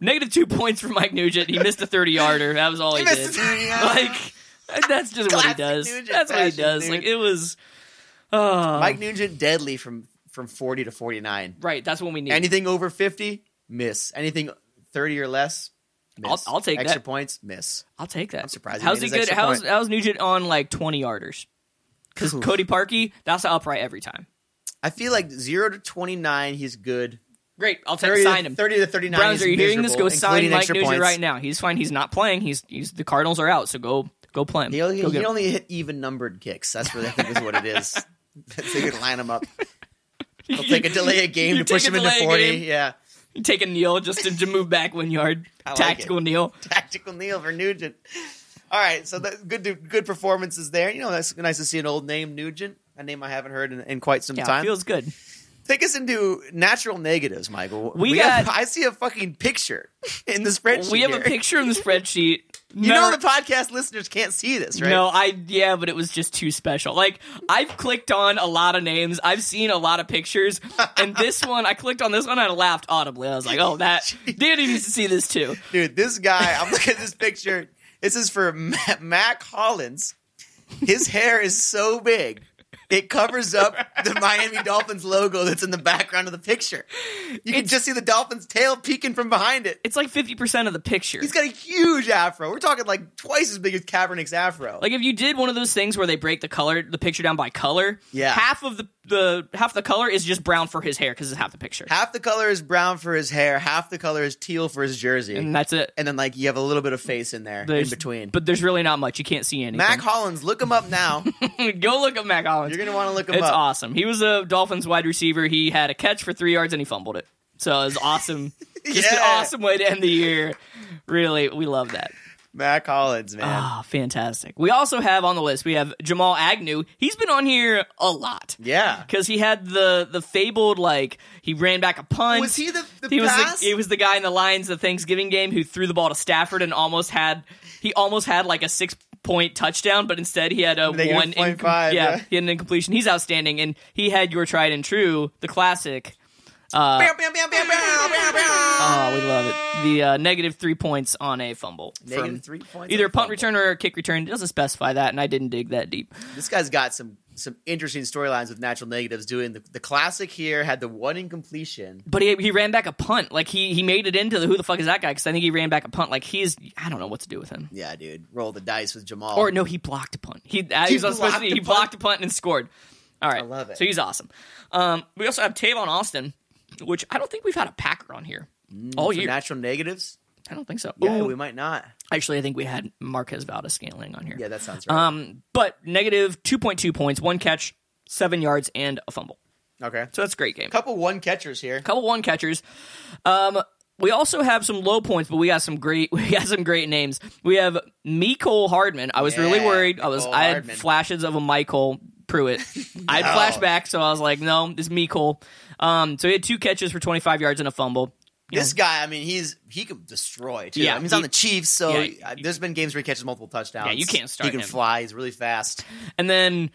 [SPEAKER 2] Negative two points for Mike Nugent. He missed a thirty yarder. That was all he,
[SPEAKER 1] missed
[SPEAKER 2] did.
[SPEAKER 1] a 30-yarder.
[SPEAKER 2] like that's just what he
[SPEAKER 1] Classic
[SPEAKER 2] does.
[SPEAKER 1] Nugent
[SPEAKER 2] that's what he
[SPEAKER 1] fashion,
[SPEAKER 2] does.
[SPEAKER 1] dude.
[SPEAKER 2] Like it was. Uh,
[SPEAKER 1] Mike Nugent deadly from from 40 to 49.
[SPEAKER 2] right. That's what we need.
[SPEAKER 1] Anything over 50, miss. Anything 30 or less, miss.
[SPEAKER 2] I'll- I'll take
[SPEAKER 1] extra
[SPEAKER 2] that.
[SPEAKER 1] points, miss.
[SPEAKER 2] I'll take that. I'm
[SPEAKER 1] surprised he
[SPEAKER 2] How's
[SPEAKER 1] made his
[SPEAKER 2] good?
[SPEAKER 1] extra
[SPEAKER 2] How's
[SPEAKER 1] point.
[SPEAKER 2] how's Nugent on like twenty yarders? Because
[SPEAKER 1] Oof.
[SPEAKER 2] Cody Parkey, that's upright every time.
[SPEAKER 1] I feel like zero to 29, he's good.
[SPEAKER 2] Great. I'll take
[SPEAKER 1] 30,
[SPEAKER 2] sign
[SPEAKER 1] to,
[SPEAKER 2] him.
[SPEAKER 1] 30 to 39.
[SPEAKER 2] Browns,
[SPEAKER 1] is
[SPEAKER 2] are you hearing this?
[SPEAKER 1] miserable,
[SPEAKER 2] Go sign
[SPEAKER 1] including
[SPEAKER 2] Mike
[SPEAKER 1] extra
[SPEAKER 2] Nugent
[SPEAKER 1] points.
[SPEAKER 2] right now. He's fine. He's not playing. He's he's the Cardinals are out. So go go play him.
[SPEAKER 1] He only,
[SPEAKER 2] Go
[SPEAKER 1] he
[SPEAKER 2] get him.
[SPEAKER 1] only hit even numbered kicks. That's really I think is what it is. they could line him up. He'll take a delay a game
[SPEAKER 2] You
[SPEAKER 1] to push
[SPEAKER 2] take
[SPEAKER 1] him
[SPEAKER 2] a
[SPEAKER 1] into
[SPEAKER 2] delay a
[SPEAKER 1] 40.
[SPEAKER 2] game.
[SPEAKER 1] Yeah.
[SPEAKER 2] take a kneel just to, to move back one yard.
[SPEAKER 1] I like it.
[SPEAKER 2] Tactical kneel.
[SPEAKER 1] tactical kneel for Nugent. All right, so that, good good performances there. You know, that's nice to see an old name, Nugent, a name I haven't heard in, in quite some
[SPEAKER 2] Yeah,
[SPEAKER 1] time.
[SPEAKER 2] feels good.
[SPEAKER 1] Take us into natural negatives, Michael.
[SPEAKER 2] We
[SPEAKER 1] have-
[SPEAKER 2] got-
[SPEAKER 1] I see a fucking picture in the spreadsheet.
[SPEAKER 2] We have a
[SPEAKER 1] here.
[SPEAKER 2] picture in the spreadsheet.
[SPEAKER 1] You know,
[SPEAKER 2] Never-
[SPEAKER 1] the podcast listeners can't see this, right?
[SPEAKER 2] No, I yeah, but it was just too special. Like I've clicked on a lot of names, I've seen a lot of pictures, and this one I clicked on this one and I laughed audibly. I was like, "Oh, that Danny needs to see this too."
[SPEAKER 1] dude, this guy. I'm looking at this picture. This is for Ma- Mac Hollins. His hair is so big. It covers up the Miami Dolphins logo that's in the background of the picture. You can just see the Dolphins' tail peeking from behind it.
[SPEAKER 2] It's like fifty percent of the picture.
[SPEAKER 1] He's got a huge afro. We're talking like twice as big as Kaepernick's afro.
[SPEAKER 2] like if you did one of those things where they break the color, the picture down by color.
[SPEAKER 1] Yeah.
[SPEAKER 2] half of the the half the color is just brown for his hair because it's half the picture,
[SPEAKER 1] half the color is brown for his hair, half the color is teal for his jersey,
[SPEAKER 2] and
[SPEAKER 1] and,
[SPEAKER 2] that's it.
[SPEAKER 1] then like you have a little bit of face in there
[SPEAKER 2] There's-
[SPEAKER 1] in between.
[SPEAKER 2] but there's really not much. You can't see anything.
[SPEAKER 1] Mac Hollins, look him up now.
[SPEAKER 2] Go look at Mac Hollins.
[SPEAKER 1] You're gonna want to look him
[SPEAKER 2] It's
[SPEAKER 1] up.
[SPEAKER 2] awesome. He was a Dolphins wide receiver. He had a catch for three yards and he fumbled it. So it was awesome. Just an
[SPEAKER 1] Yeah.
[SPEAKER 2] awesome way to end the year. Really, we love that.
[SPEAKER 1] Mac Hollins, man.
[SPEAKER 2] Ah, fantastic. We also have on the list, we have Jamal Agnew. He's been on here a lot.
[SPEAKER 1] yeah.
[SPEAKER 2] Because he had the the fabled like he ran back a punt.
[SPEAKER 1] Was he the, the
[SPEAKER 2] he was
[SPEAKER 1] pass?
[SPEAKER 2] the, he was the guy in the Lions the Thanksgiving game who threw the ball to Stafford and almost had he almost had like a six point touchdown, but instead he had a
[SPEAKER 1] Negative
[SPEAKER 2] one incom-
[SPEAKER 1] 0.5,
[SPEAKER 2] yeah,
[SPEAKER 1] yeah.
[SPEAKER 2] he had an incompletion. He's outstanding, and he had your tried and true, the classic. Uh,
[SPEAKER 1] Bam, bam, bam, bam, bam, bam, bam.
[SPEAKER 2] oh, we love it. The uh, negative three points on a fumble.
[SPEAKER 1] Negative
[SPEAKER 2] from
[SPEAKER 1] three points
[SPEAKER 2] Either
[SPEAKER 1] on a
[SPEAKER 2] punt
[SPEAKER 1] fumble.
[SPEAKER 2] return or a kick return. It doesn't specify that, and I didn't dig that deep.
[SPEAKER 1] This guy's got some some interesting storylines with natural negatives. Doing the, the classic here had the one incompletion.
[SPEAKER 2] But he, he ran back a punt. Like he he made it into the who the fuck is that guy? Because I think he ran back a punt. Like he's I don't know what to do with him.
[SPEAKER 1] Yeah, dude, roll the dice with Jamal.
[SPEAKER 2] Or no, he blocked a punt. He, uh, he, was supposed to,
[SPEAKER 1] blocked a
[SPEAKER 2] he
[SPEAKER 1] punt?
[SPEAKER 2] blocked a punt and scored. All right,
[SPEAKER 1] I love it.
[SPEAKER 2] So he's awesome. Um, we also have Tavon Austin, which I don't think we've had a Packer on here
[SPEAKER 1] for
[SPEAKER 2] all year.
[SPEAKER 1] natural negatives.
[SPEAKER 2] I don't think so.
[SPEAKER 1] Yeah,
[SPEAKER 2] Ooh,
[SPEAKER 1] we might not.
[SPEAKER 2] actually, I think we had Marquez Valdez Scantling on here.
[SPEAKER 1] Yeah, that sounds right.
[SPEAKER 2] Um, but negative two point two points, one catch, seven yards, and a fumble.
[SPEAKER 1] okay,
[SPEAKER 2] So that's a great game.
[SPEAKER 1] couple one catchers here.
[SPEAKER 2] couple one catchers. Um, we also have some low points, but we got some great we got some great names. We have Michael Hardman. I was really
[SPEAKER 1] Yeah,
[SPEAKER 2] worried. I was
[SPEAKER 1] Mecole
[SPEAKER 2] I had
[SPEAKER 1] Hardman.
[SPEAKER 2] flashes of a Michael Pruitt. I
[SPEAKER 1] No.
[SPEAKER 2] had flashbacks, so I was like, no, this is Michael. Um, so he had two catches for twenty five yards and a fumble. You
[SPEAKER 1] This guy, I mean, he's he can destroy too.
[SPEAKER 2] Yeah,
[SPEAKER 1] I mean, he's on
[SPEAKER 2] he-
[SPEAKER 1] the Chiefs, so
[SPEAKER 2] yeah,
[SPEAKER 1] uh, there's been games where he catches multiple touchdowns.
[SPEAKER 2] Yeah, you can't start
[SPEAKER 1] He can
[SPEAKER 2] him.
[SPEAKER 1] fly. He's really fast,
[SPEAKER 2] know. And then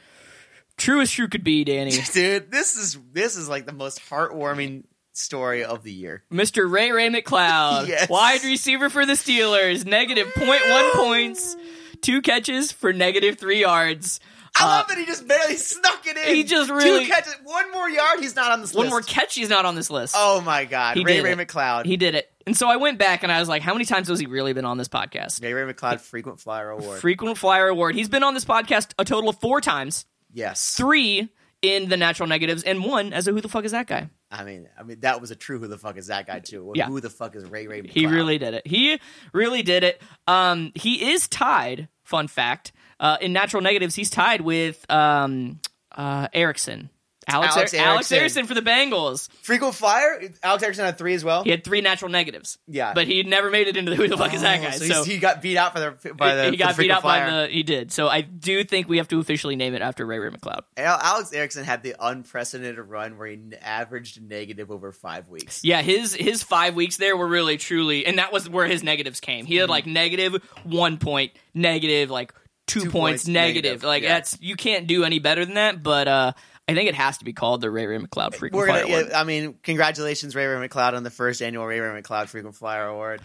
[SPEAKER 2] true as true could be, Danny.
[SPEAKER 1] dude. This is this is like the most heartwarming story of the year.
[SPEAKER 2] Mr. Ray Ray McLeod,
[SPEAKER 1] Yes.
[SPEAKER 2] wide receiver for the Steelers, negative 0.1 points, two catches for negative three yards.
[SPEAKER 1] I
[SPEAKER 2] Uh,
[SPEAKER 1] love that he just barely snuck it in.
[SPEAKER 2] he just really-
[SPEAKER 1] two catches, one more yard. He's not on this
[SPEAKER 2] One
[SPEAKER 1] list.
[SPEAKER 2] more catch, he's not on this list.
[SPEAKER 1] Oh my God,
[SPEAKER 2] He
[SPEAKER 1] Ray
[SPEAKER 2] did
[SPEAKER 1] Ray
[SPEAKER 2] it.
[SPEAKER 1] McLeod.
[SPEAKER 2] He did it. And so I went back and I was like, how many times has he really been on this podcast?
[SPEAKER 1] Ray Ray McLeod, frequent flyer award.
[SPEAKER 2] Frequent flyer award. He's been on this podcast a total of four times,
[SPEAKER 1] yes,
[SPEAKER 2] three in the natural negatives, and one as a who the fuck is that guy?
[SPEAKER 1] I mean, I mean that was a true who the fuck is that guy too? Well,
[SPEAKER 2] Yeah.
[SPEAKER 1] Who the fuck is Ray Ray? McLeod?
[SPEAKER 2] He really did it. He really did it. Um, he is tied. Fun fact: uh, in natural negatives, he's tied with um, uh, Erickson, Alex,
[SPEAKER 1] Alex
[SPEAKER 2] Alex, Alex
[SPEAKER 1] Erickson.
[SPEAKER 2] Erickson for the Bengals.
[SPEAKER 1] frequent flyer. Alex Erickson had three as well.
[SPEAKER 2] He had three natural negatives.
[SPEAKER 1] Yeah.
[SPEAKER 2] but he never made it into the who the fuck is that
[SPEAKER 1] Oh,
[SPEAKER 2] guy?
[SPEAKER 1] So,
[SPEAKER 2] So,
[SPEAKER 1] he's- he got beat out for the by the
[SPEAKER 2] he got
[SPEAKER 1] for the
[SPEAKER 2] beat
[SPEAKER 1] frequent
[SPEAKER 2] out
[SPEAKER 1] flyer.
[SPEAKER 2] by the. He did. So I do think we have to officially name it after Ray Ray McLeod.
[SPEAKER 1] Al- Alex Erickson had the unprecedented run where he n- averaged negative over five weeks.
[SPEAKER 2] Yeah, his his five weeks there were really truly, and that was where his negatives came.
[SPEAKER 1] Mm-hmm.
[SPEAKER 2] He had like negative one point, negative like
[SPEAKER 1] Two
[SPEAKER 2] two, points,
[SPEAKER 1] points,
[SPEAKER 2] negative.
[SPEAKER 1] negative,
[SPEAKER 2] Like
[SPEAKER 1] yeah.
[SPEAKER 2] that's you can't do any better than that. But uh I think it has to be called the Ray Ray McLeod freaking
[SPEAKER 1] We're
[SPEAKER 2] fire
[SPEAKER 1] gonna,
[SPEAKER 2] award.
[SPEAKER 1] yeah, I mean, congratulations, Ray Ray McLeod, on the first annual Ray Ray McLeod Frequent Flyer Award.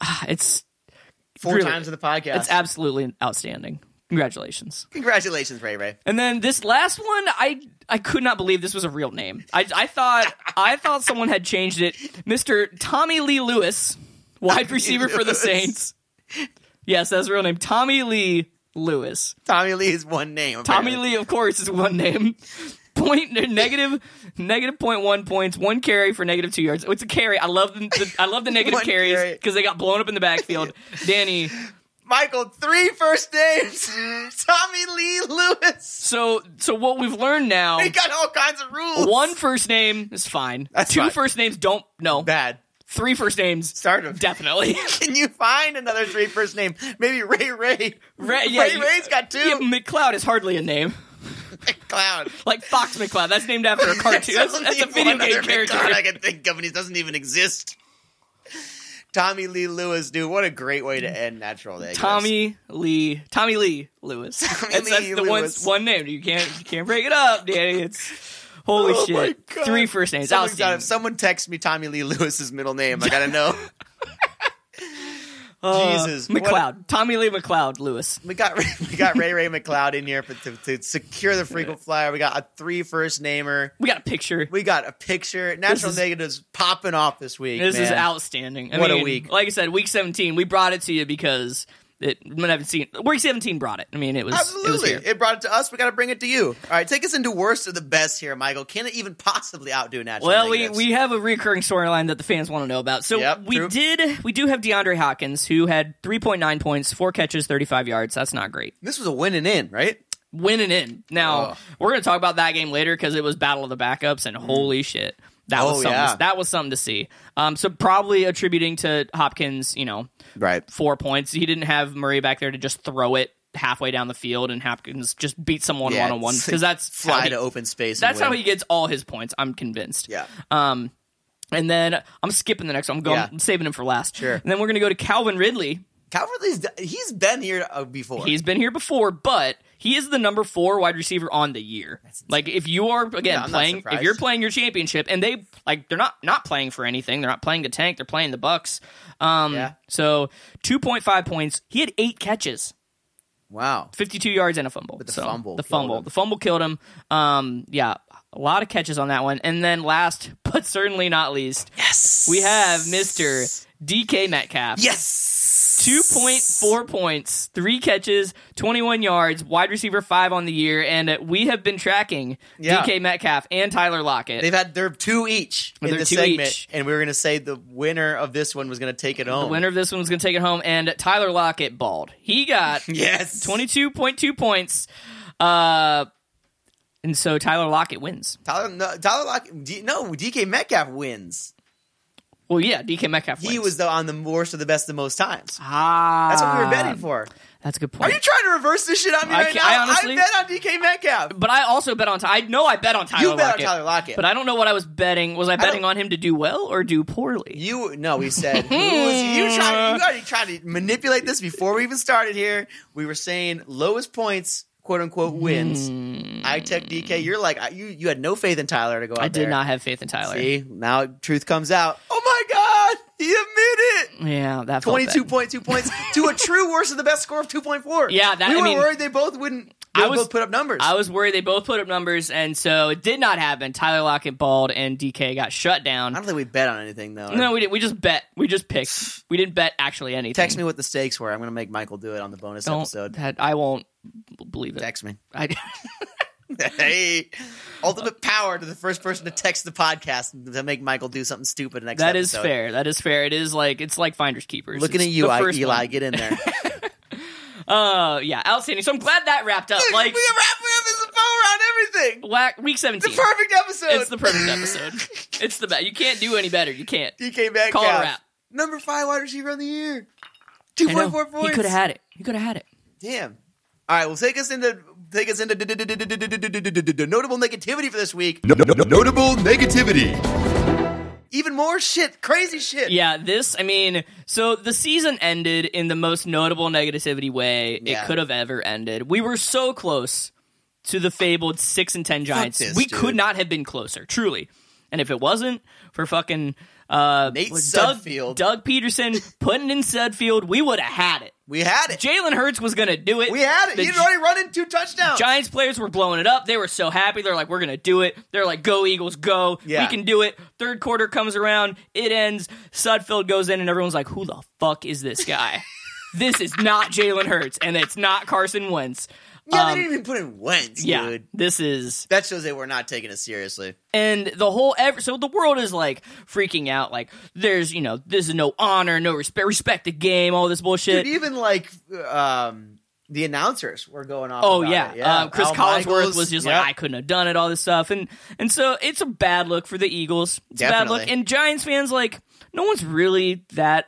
[SPEAKER 2] It's
[SPEAKER 1] Four
[SPEAKER 2] Really?
[SPEAKER 1] times in the podcast.
[SPEAKER 2] it's absolutely outstanding. Congratulations.
[SPEAKER 1] congratulations, Ray Ray.
[SPEAKER 2] And then this last one, I I could not believe this was a real name. I I thought I thought someone had changed it. Mister Tommy Lee Lewis, wide receiver for the
[SPEAKER 1] Lewis.
[SPEAKER 2] Saints. Yes, that's his real name. Tommy Lee Lewis.
[SPEAKER 1] Tommy Lee is one name.
[SPEAKER 2] Tommy
[SPEAKER 1] apparently.
[SPEAKER 2] Lee, of course, is one name. Point negative negative point one points, one carry for negative two yards. It's a carry. I love the, the I love the negative
[SPEAKER 1] One
[SPEAKER 2] carries
[SPEAKER 1] carry.
[SPEAKER 2] because they got blown up in the backfield. Danny.
[SPEAKER 1] Michael, three first names. Tommy Lee Lewis.
[SPEAKER 2] So so what we've learned now
[SPEAKER 1] They got all kinds of rules.
[SPEAKER 2] one first name is fine.
[SPEAKER 1] That's
[SPEAKER 2] Two
[SPEAKER 1] fine.
[SPEAKER 2] first names don't no.
[SPEAKER 1] bad.
[SPEAKER 2] Three first names
[SPEAKER 1] Start him.
[SPEAKER 2] definitely.
[SPEAKER 1] Can you find another three first name? Maybe Ray Ray.
[SPEAKER 2] Ray- yeah,
[SPEAKER 1] Ray
[SPEAKER 2] you-
[SPEAKER 1] Ray's got two.
[SPEAKER 2] yeah, McLeod is hardly a name.
[SPEAKER 1] McLeod.
[SPEAKER 2] Like Fox McLeod, that's named after a cartoon. that's,
[SPEAKER 1] only
[SPEAKER 2] that's a
[SPEAKER 1] one
[SPEAKER 2] video game
[SPEAKER 1] other
[SPEAKER 2] character.
[SPEAKER 1] McLeod I can think of, and he doesn't even exist. Tommy Lee Lewis, dude, what a great way to end natural day.
[SPEAKER 2] Tommy Lee, Tommy Lee Lewis. that's, that's
[SPEAKER 1] Lee
[SPEAKER 2] the one
[SPEAKER 1] Lewis.
[SPEAKER 2] one name. You can't you can't break it up, Danny. It's holy
[SPEAKER 1] Oh my
[SPEAKER 2] shit.
[SPEAKER 1] God.
[SPEAKER 2] Three first names.
[SPEAKER 1] Someone's gotta-
[SPEAKER 2] Outstanding.
[SPEAKER 1] someone text me Tommy Lee Lewis's middle name. I gotta know.
[SPEAKER 2] Uh,
[SPEAKER 1] Jesus, what a-
[SPEAKER 2] McLeod, Tommy Lee McLeod Lewis.
[SPEAKER 1] We got we got Ray Ray McLeod in here for, to, to secure the frequent flyer. We got a three first namer.
[SPEAKER 2] We got a picture.
[SPEAKER 1] We got a picture. Natural
[SPEAKER 2] is-
[SPEAKER 1] negatives popping off this week.
[SPEAKER 2] This is
[SPEAKER 1] man.
[SPEAKER 2] outstanding. I
[SPEAKER 1] What a
[SPEAKER 2] mean,
[SPEAKER 1] week.
[SPEAKER 2] Like I said, week seventeen. We brought it to you because it. I haven't seen week seventeen. Brought it. I mean, it was It was
[SPEAKER 1] Absolutely.
[SPEAKER 2] here.
[SPEAKER 1] It, brought it to us. We got to bring it to you. All right, take us into worst of the best here, Michael. Can it even possibly outdo natural
[SPEAKER 2] Well, we,
[SPEAKER 1] negatives?
[SPEAKER 2] we have a recurring storyline that the fans want to know about. So
[SPEAKER 1] Yep,
[SPEAKER 2] we
[SPEAKER 1] true.
[SPEAKER 2] did we do have DeAndre Hopkins who had three point nine points, four catches, thirty five yards. That's not great.
[SPEAKER 1] This was a winning in, right?
[SPEAKER 2] winning in. Now
[SPEAKER 1] Ugh.
[SPEAKER 2] we're gonna talk about that game later because it was battle of the backups and holy shit, that was
[SPEAKER 1] Mm. Oh,
[SPEAKER 2] something.
[SPEAKER 1] yeah.
[SPEAKER 2] That was something to see. Um, so probably attributing to Hopkins, you know,
[SPEAKER 1] Right.
[SPEAKER 2] four points. He didn't have Murray back there to just throw it halfway down the field, and Hopkins just beat someone
[SPEAKER 1] Yeah,
[SPEAKER 2] one on one
[SPEAKER 1] it's
[SPEAKER 2] because that's how
[SPEAKER 1] Fly
[SPEAKER 2] he-
[SPEAKER 1] to open space. and
[SPEAKER 2] that's how
[SPEAKER 1] win.
[SPEAKER 2] he gets all his points. I'm convinced.
[SPEAKER 1] Yeah.
[SPEAKER 2] Um, and then I'm skipping the next. one. I'm going.
[SPEAKER 1] Yeah.
[SPEAKER 2] I'm saving him for last.
[SPEAKER 1] Sure.
[SPEAKER 2] And then we're gonna go to Calvin Ridley.
[SPEAKER 1] Calvert-Lewin's he's been here uh, before.
[SPEAKER 2] He's been here before, but he is the number four wide receiver on the year. Like if you are again
[SPEAKER 1] Yeah, I'm not
[SPEAKER 2] playing, if
[SPEAKER 1] surprised.
[SPEAKER 2] you're playing your championship, and they like they're not not playing for anything. They're not playing the tank. They're playing the Bucks. Um,
[SPEAKER 1] Yeah.
[SPEAKER 2] so two point five points. He had eight catches.
[SPEAKER 1] Wow.
[SPEAKER 2] 52 yards and a fumble.
[SPEAKER 1] But the
[SPEAKER 2] So,
[SPEAKER 1] fumble
[SPEAKER 2] The
[SPEAKER 1] killed
[SPEAKER 2] fumble.
[SPEAKER 1] him.
[SPEAKER 2] The fumble killed him. Um, yeah, a lot of catches on that one. And then last, but certainly not least,
[SPEAKER 1] Yes.
[SPEAKER 2] we have Mr. DK Metcalf.
[SPEAKER 1] Yes.
[SPEAKER 2] 2.4 points, three catches, 21 yards, wide receiver five on the year. And uh, we have been tracking
[SPEAKER 1] Yeah.
[SPEAKER 2] DK Metcalf and Tyler Lockett.
[SPEAKER 1] They've had their two each in
[SPEAKER 2] They're
[SPEAKER 1] this
[SPEAKER 2] two
[SPEAKER 1] segment,
[SPEAKER 2] each.
[SPEAKER 1] and we were going to say the winner of this one was going to take it home.
[SPEAKER 2] the winner of this one's going to take it home. And Tyler Lockett balled. He got
[SPEAKER 1] Yes.
[SPEAKER 2] 22.2 points. Uh, and so Tyler Lockett wins.
[SPEAKER 1] Tyler, no, Tyler Lockett, D, no, DK Metcalf wins.
[SPEAKER 2] Well, yeah, DK Metcalf wins.
[SPEAKER 1] He was the, on the worst of the best the most times.
[SPEAKER 2] Ah,
[SPEAKER 1] That's what we were betting for.
[SPEAKER 2] That's a good
[SPEAKER 1] Are
[SPEAKER 2] point.
[SPEAKER 1] you trying to reverse this shit on me
[SPEAKER 2] I
[SPEAKER 1] right
[SPEAKER 2] ca-
[SPEAKER 1] now?
[SPEAKER 2] I
[SPEAKER 1] I,
[SPEAKER 2] honestly-
[SPEAKER 1] bet on DK Metcalf.
[SPEAKER 2] but I also bet on. Ty- I know I bet on Tyler.
[SPEAKER 1] You bet
[SPEAKER 2] Lockett,
[SPEAKER 1] on Tyler Lockett.
[SPEAKER 2] But I don't know what I was betting. Was I betting
[SPEAKER 1] don't-
[SPEAKER 2] on him to do well or do poorly?
[SPEAKER 1] You no, we said who was you tried you already tried to manipulate this before we even started here. We were saying lowest points, quote unquote, wins. I tech DK, you're like I- you you had no faith in Tyler to go out
[SPEAKER 2] Hmm. I did
[SPEAKER 1] there.
[SPEAKER 2] not have faith in Tyler.
[SPEAKER 1] See, now truth comes out. Oh my god, he admitted it.
[SPEAKER 2] Yeah, that felt bad.
[SPEAKER 1] 22.2 points to a true worst of the best score of 2.4.
[SPEAKER 2] Yeah, that-
[SPEAKER 1] we
[SPEAKER 2] I
[SPEAKER 1] were
[SPEAKER 2] mean-
[SPEAKER 1] worried they both wouldn't they
[SPEAKER 2] I
[SPEAKER 1] would
[SPEAKER 2] was-
[SPEAKER 1] both put up numbers.
[SPEAKER 2] I was worried they both put up numbers, and so it did not happen. Tyler Lockett balled, and DK got shut
[SPEAKER 1] I
[SPEAKER 2] down.
[SPEAKER 1] don't think we bet on anything though.
[SPEAKER 2] No, we did. We just bet. We just picked. We didn't bet actually anything.
[SPEAKER 1] Text me what the stakes were. I'm going to make Michael do it on the bonus
[SPEAKER 2] Don't.
[SPEAKER 1] episode.
[SPEAKER 2] That, I won't b- believe it.
[SPEAKER 1] Text me.
[SPEAKER 2] I,
[SPEAKER 1] hey, ultimate power to the first person to text the podcast to make Michael do something stupid next.
[SPEAKER 2] that is
[SPEAKER 1] episode.
[SPEAKER 2] fair. That is fair. It is like it's like finders keepers.
[SPEAKER 1] Looking
[SPEAKER 2] It's
[SPEAKER 1] at you,
[SPEAKER 2] the
[SPEAKER 1] I,
[SPEAKER 2] first
[SPEAKER 1] Eli,
[SPEAKER 2] one.
[SPEAKER 1] get in there.
[SPEAKER 2] Uh, yeah, outstanding. So I'm glad that wrapped up. Like
[SPEAKER 1] we wrap up as a power on everything.
[SPEAKER 2] whack, week 17.
[SPEAKER 1] The perfect episode.
[SPEAKER 2] It's the perfect episode. It's the best. You can't do any better. You can't.
[SPEAKER 1] DK Metcalf,
[SPEAKER 2] Call it a wrap.
[SPEAKER 1] number five wide receiver on the year. Two
[SPEAKER 2] I know.
[SPEAKER 1] point four points.
[SPEAKER 2] He could have had it. He could have had it.
[SPEAKER 1] Damn. All right, well, take us into take us into notable negativity for this week.
[SPEAKER 3] No- no- no- notable negativity.
[SPEAKER 1] Even more shit, crazy shit.
[SPEAKER 2] Yeah, this, I mean, so the season ended in the most notable negativity way
[SPEAKER 1] Yeah.
[SPEAKER 2] it could have ever ended. We were so close to the fabled 6 and 10 Giants.
[SPEAKER 1] this,
[SPEAKER 2] we
[SPEAKER 1] dude.
[SPEAKER 2] could not have been closer, truly. And if it wasn't for fucking uh,
[SPEAKER 1] Nate
[SPEAKER 2] Doug,
[SPEAKER 1] Sudfeld.
[SPEAKER 2] Doug Peterson putting in Sudfield, we would have had it.
[SPEAKER 1] we had it.
[SPEAKER 2] Jalen Hurts was going to do it.
[SPEAKER 1] We had it.
[SPEAKER 2] The
[SPEAKER 1] He'd already run in two touchdowns.
[SPEAKER 2] Giants players were blowing it up. They were so happy. They're like, we're going to do it. They're like, go Eagles, go.
[SPEAKER 1] Yeah.
[SPEAKER 2] We can do it. Third quarter comes around. It ends. Sudfeld goes in, and everyone's like, who the fuck is this guy? this is not Jalen Hurts, and it's not Carson Wentz.
[SPEAKER 1] yeah,
[SPEAKER 2] Um,
[SPEAKER 1] they didn't even put in Wentz,
[SPEAKER 2] yeah,
[SPEAKER 1] dude.
[SPEAKER 2] this is
[SPEAKER 1] That shows they were not taking it seriously.
[SPEAKER 2] and the whole ever so the world is like freaking out. Like there's you know this is no honor, no respect, respect the game, all this bullshit.
[SPEAKER 1] Dude, even like um, the announcers were going off.
[SPEAKER 2] Oh
[SPEAKER 1] about
[SPEAKER 2] yeah,
[SPEAKER 1] it. yeah.
[SPEAKER 2] Um, Chris
[SPEAKER 1] Al
[SPEAKER 2] Collinsworth
[SPEAKER 1] Michaels.
[SPEAKER 2] was just
[SPEAKER 1] Yep.
[SPEAKER 2] like, I couldn't have done it, all this stuff, and and so it's a bad look for the Eagles. It's a bad
[SPEAKER 1] Definitely.
[SPEAKER 2] look, and Giants fans like no one's really that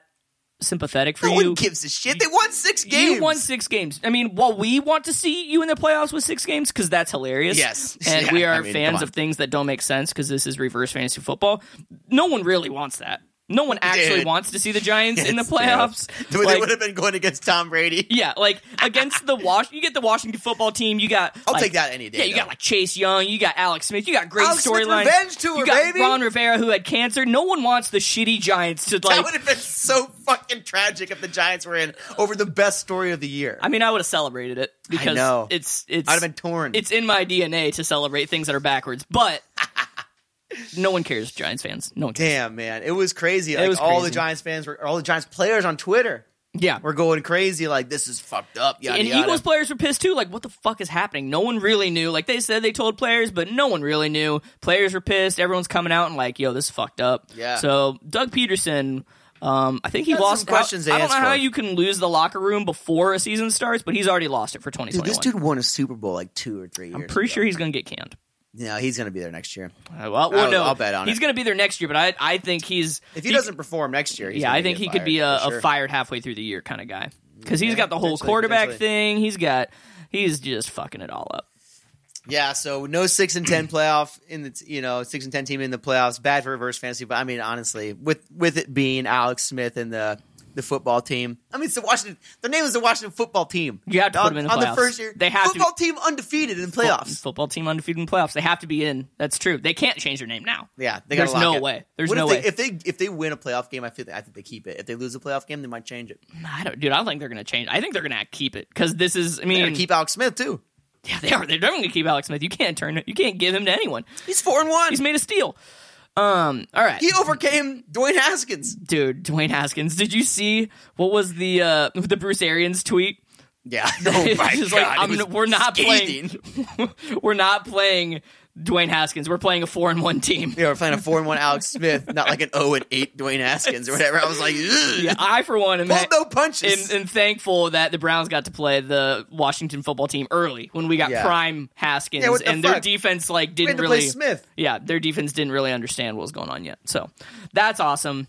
[SPEAKER 2] sympathetic for
[SPEAKER 1] no
[SPEAKER 2] you.
[SPEAKER 1] one gives a shit. They won six games.
[SPEAKER 2] you won six games. I mean, while we want to see you in the playoffs with six games because that's hilarious.
[SPEAKER 1] Yes.
[SPEAKER 2] and
[SPEAKER 1] Yeah,
[SPEAKER 2] we
[SPEAKER 1] I
[SPEAKER 2] are
[SPEAKER 1] mean, come
[SPEAKER 2] fans
[SPEAKER 1] on.
[SPEAKER 2] of things that don't make sense because this is reverse fantasy football. No one really wants that. No one actually
[SPEAKER 1] Dude.
[SPEAKER 2] wants to see the Giants in the
[SPEAKER 1] It's terrible.
[SPEAKER 2] playoffs.
[SPEAKER 1] They
[SPEAKER 2] Like-
[SPEAKER 1] would have been going against Tom Brady.
[SPEAKER 2] yeah, like against the Wash, you get the Washington football team. You got
[SPEAKER 1] I'll
[SPEAKER 2] like,
[SPEAKER 1] take that any day.
[SPEAKER 2] yeah, you
[SPEAKER 1] though.
[SPEAKER 2] got like Chase Young, you got Alex Smith, you got great
[SPEAKER 1] Alex Smith
[SPEAKER 2] storylines.
[SPEAKER 1] revenge tour,
[SPEAKER 2] you got
[SPEAKER 1] baby!
[SPEAKER 2] Ron Rivera who had cancer. No one wants the shitty Giants to
[SPEAKER 1] that
[SPEAKER 2] like.
[SPEAKER 1] would have been so fucking tragic if the Giants were in over the best story of the year.
[SPEAKER 2] I mean, I would have celebrated it because
[SPEAKER 1] know.
[SPEAKER 2] it's it's
[SPEAKER 1] I'd have been torn.
[SPEAKER 2] it's in my DNA to celebrate things that are backwards, but no one cares, Giants fans. No one cares.
[SPEAKER 1] Damn, man, it was crazy. Like
[SPEAKER 2] was
[SPEAKER 1] all the
[SPEAKER 2] crazy.
[SPEAKER 1] Giants fans were, all the Giants players on Twitter
[SPEAKER 2] Yeah.
[SPEAKER 1] were going crazy. Like this is fucked up. Yada,
[SPEAKER 2] and
[SPEAKER 1] yada.
[SPEAKER 2] Eagles players were pissed too. Like, what the fuck is happening? No one really knew. Like they said, they told players, but no one really knew. Players were pissed. Everyone's coming out and like, yo, this is fucked up.
[SPEAKER 1] Yeah.
[SPEAKER 2] So Doug Peterson, um, I think he
[SPEAKER 1] Got
[SPEAKER 2] lost.
[SPEAKER 1] some questions to
[SPEAKER 2] I don't know
[SPEAKER 1] answer.
[SPEAKER 2] how you can lose the locker room before a season starts, but he's already lost it for twenty
[SPEAKER 1] Dude,
[SPEAKER 2] twenty
[SPEAKER 1] this
[SPEAKER 2] one.
[SPEAKER 1] dude won a Super Bowl like two or three years.
[SPEAKER 2] I'm pretty
[SPEAKER 1] ago.
[SPEAKER 2] sure he's gonna get canned.
[SPEAKER 1] No, he's going to be there next year.
[SPEAKER 2] Uh, well, well,
[SPEAKER 1] I'll-
[SPEAKER 2] no,
[SPEAKER 1] I'll bet on
[SPEAKER 2] he's
[SPEAKER 1] it.
[SPEAKER 2] gonna be there next year, but I, I think he's
[SPEAKER 1] If he, doesn't perform next year, he's
[SPEAKER 2] yeah,
[SPEAKER 1] gonna
[SPEAKER 2] I think
[SPEAKER 1] get
[SPEAKER 2] he could be
[SPEAKER 1] fired,
[SPEAKER 2] a,
[SPEAKER 1] for
[SPEAKER 2] a
[SPEAKER 1] sure.
[SPEAKER 2] fired halfway through the year kind of guy because
[SPEAKER 1] Yeah,
[SPEAKER 2] he's got the whole
[SPEAKER 1] potentially,
[SPEAKER 2] quarterback
[SPEAKER 1] potentially.
[SPEAKER 2] thing. He's got he's just fucking it all up.
[SPEAKER 1] Yeah, so no six and ten playoff in the you know six and ten team in the playoffs. Bad for reverse fantasy, but I mean honestly, with with it being Alex Smith and the the football team. I mean, it's the Washington. Their name is the Washington football team.
[SPEAKER 2] You have to put
[SPEAKER 1] on,
[SPEAKER 2] them in the
[SPEAKER 1] on
[SPEAKER 2] playoffs.
[SPEAKER 1] the first year.
[SPEAKER 2] They have to-
[SPEAKER 1] football team undefeated in
[SPEAKER 2] Fo-
[SPEAKER 1] playoffs.
[SPEAKER 2] Football team undefeated in playoffs. They have to be in. That's true. They can't change their name now.
[SPEAKER 1] Yeah, they gotta
[SPEAKER 2] There's
[SPEAKER 1] lock
[SPEAKER 2] no
[SPEAKER 1] it.
[SPEAKER 2] way. There's
[SPEAKER 1] What if
[SPEAKER 2] no
[SPEAKER 1] they,
[SPEAKER 2] way.
[SPEAKER 1] If they if they win a playoff game, I feel I think they keep it. If they lose a playoff game, they might change it.
[SPEAKER 2] I don't, dude. I don't think they're gonna change. I think they're gonna keep it because this is. I
[SPEAKER 1] They're
[SPEAKER 2] mean,
[SPEAKER 1] gonna keep Alex Smith too.
[SPEAKER 2] yeah, they are. They're definitely gonna keep Alex Smith. You can't turn. You can't give him to anyone.
[SPEAKER 1] He's four and one.
[SPEAKER 2] He's made a steal. Um. All right.
[SPEAKER 1] he overcame Dwayne Haskins.
[SPEAKER 2] dude, Dwayne Haskins. Did you see what was the uh the Bruce Arians tweet?
[SPEAKER 1] Yeah. Oh my
[SPEAKER 2] Just
[SPEAKER 1] god.
[SPEAKER 2] like,
[SPEAKER 1] it
[SPEAKER 2] I'm-
[SPEAKER 1] was
[SPEAKER 2] we're not
[SPEAKER 1] scathing.
[SPEAKER 2] playing. we're not playing Dwayne Haskins. We're playing a four and one team.
[SPEAKER 1] Yeah, we're playing a four and one Alex Smith, not like an zero and eight Dwayne Haskins or whatever. I was like, Ugh.
[SPEAKER 2] Yeah, I for one am
[SPEAKER 1] pulled no
[SPEAKER 2] and,
[SPEAKER 1] punches.
[SPEAKER 2] and thankful that the Browns got to play the Washington football team early when we got
[SPEAKER 1] Yeah.
[SPEAKER 2] prime Haskins
[SPEAKER 1] Yeah, what the
[SPEAKER 2] and their
[SPEAKER 1] fuck?
[SPEAKER 2] defense
[SPEAKER 1] we
[SPEAKER 2] like
[SPEAKER 1] had
[SPEAKER 2] didn't
[SPEAKER 1] to
[SPEAKER 2] really
[SPEAKER 1] play Smith.
[SPEAKER 2] yeah, their defense didn't really understand what was going on yet. So that's awesome.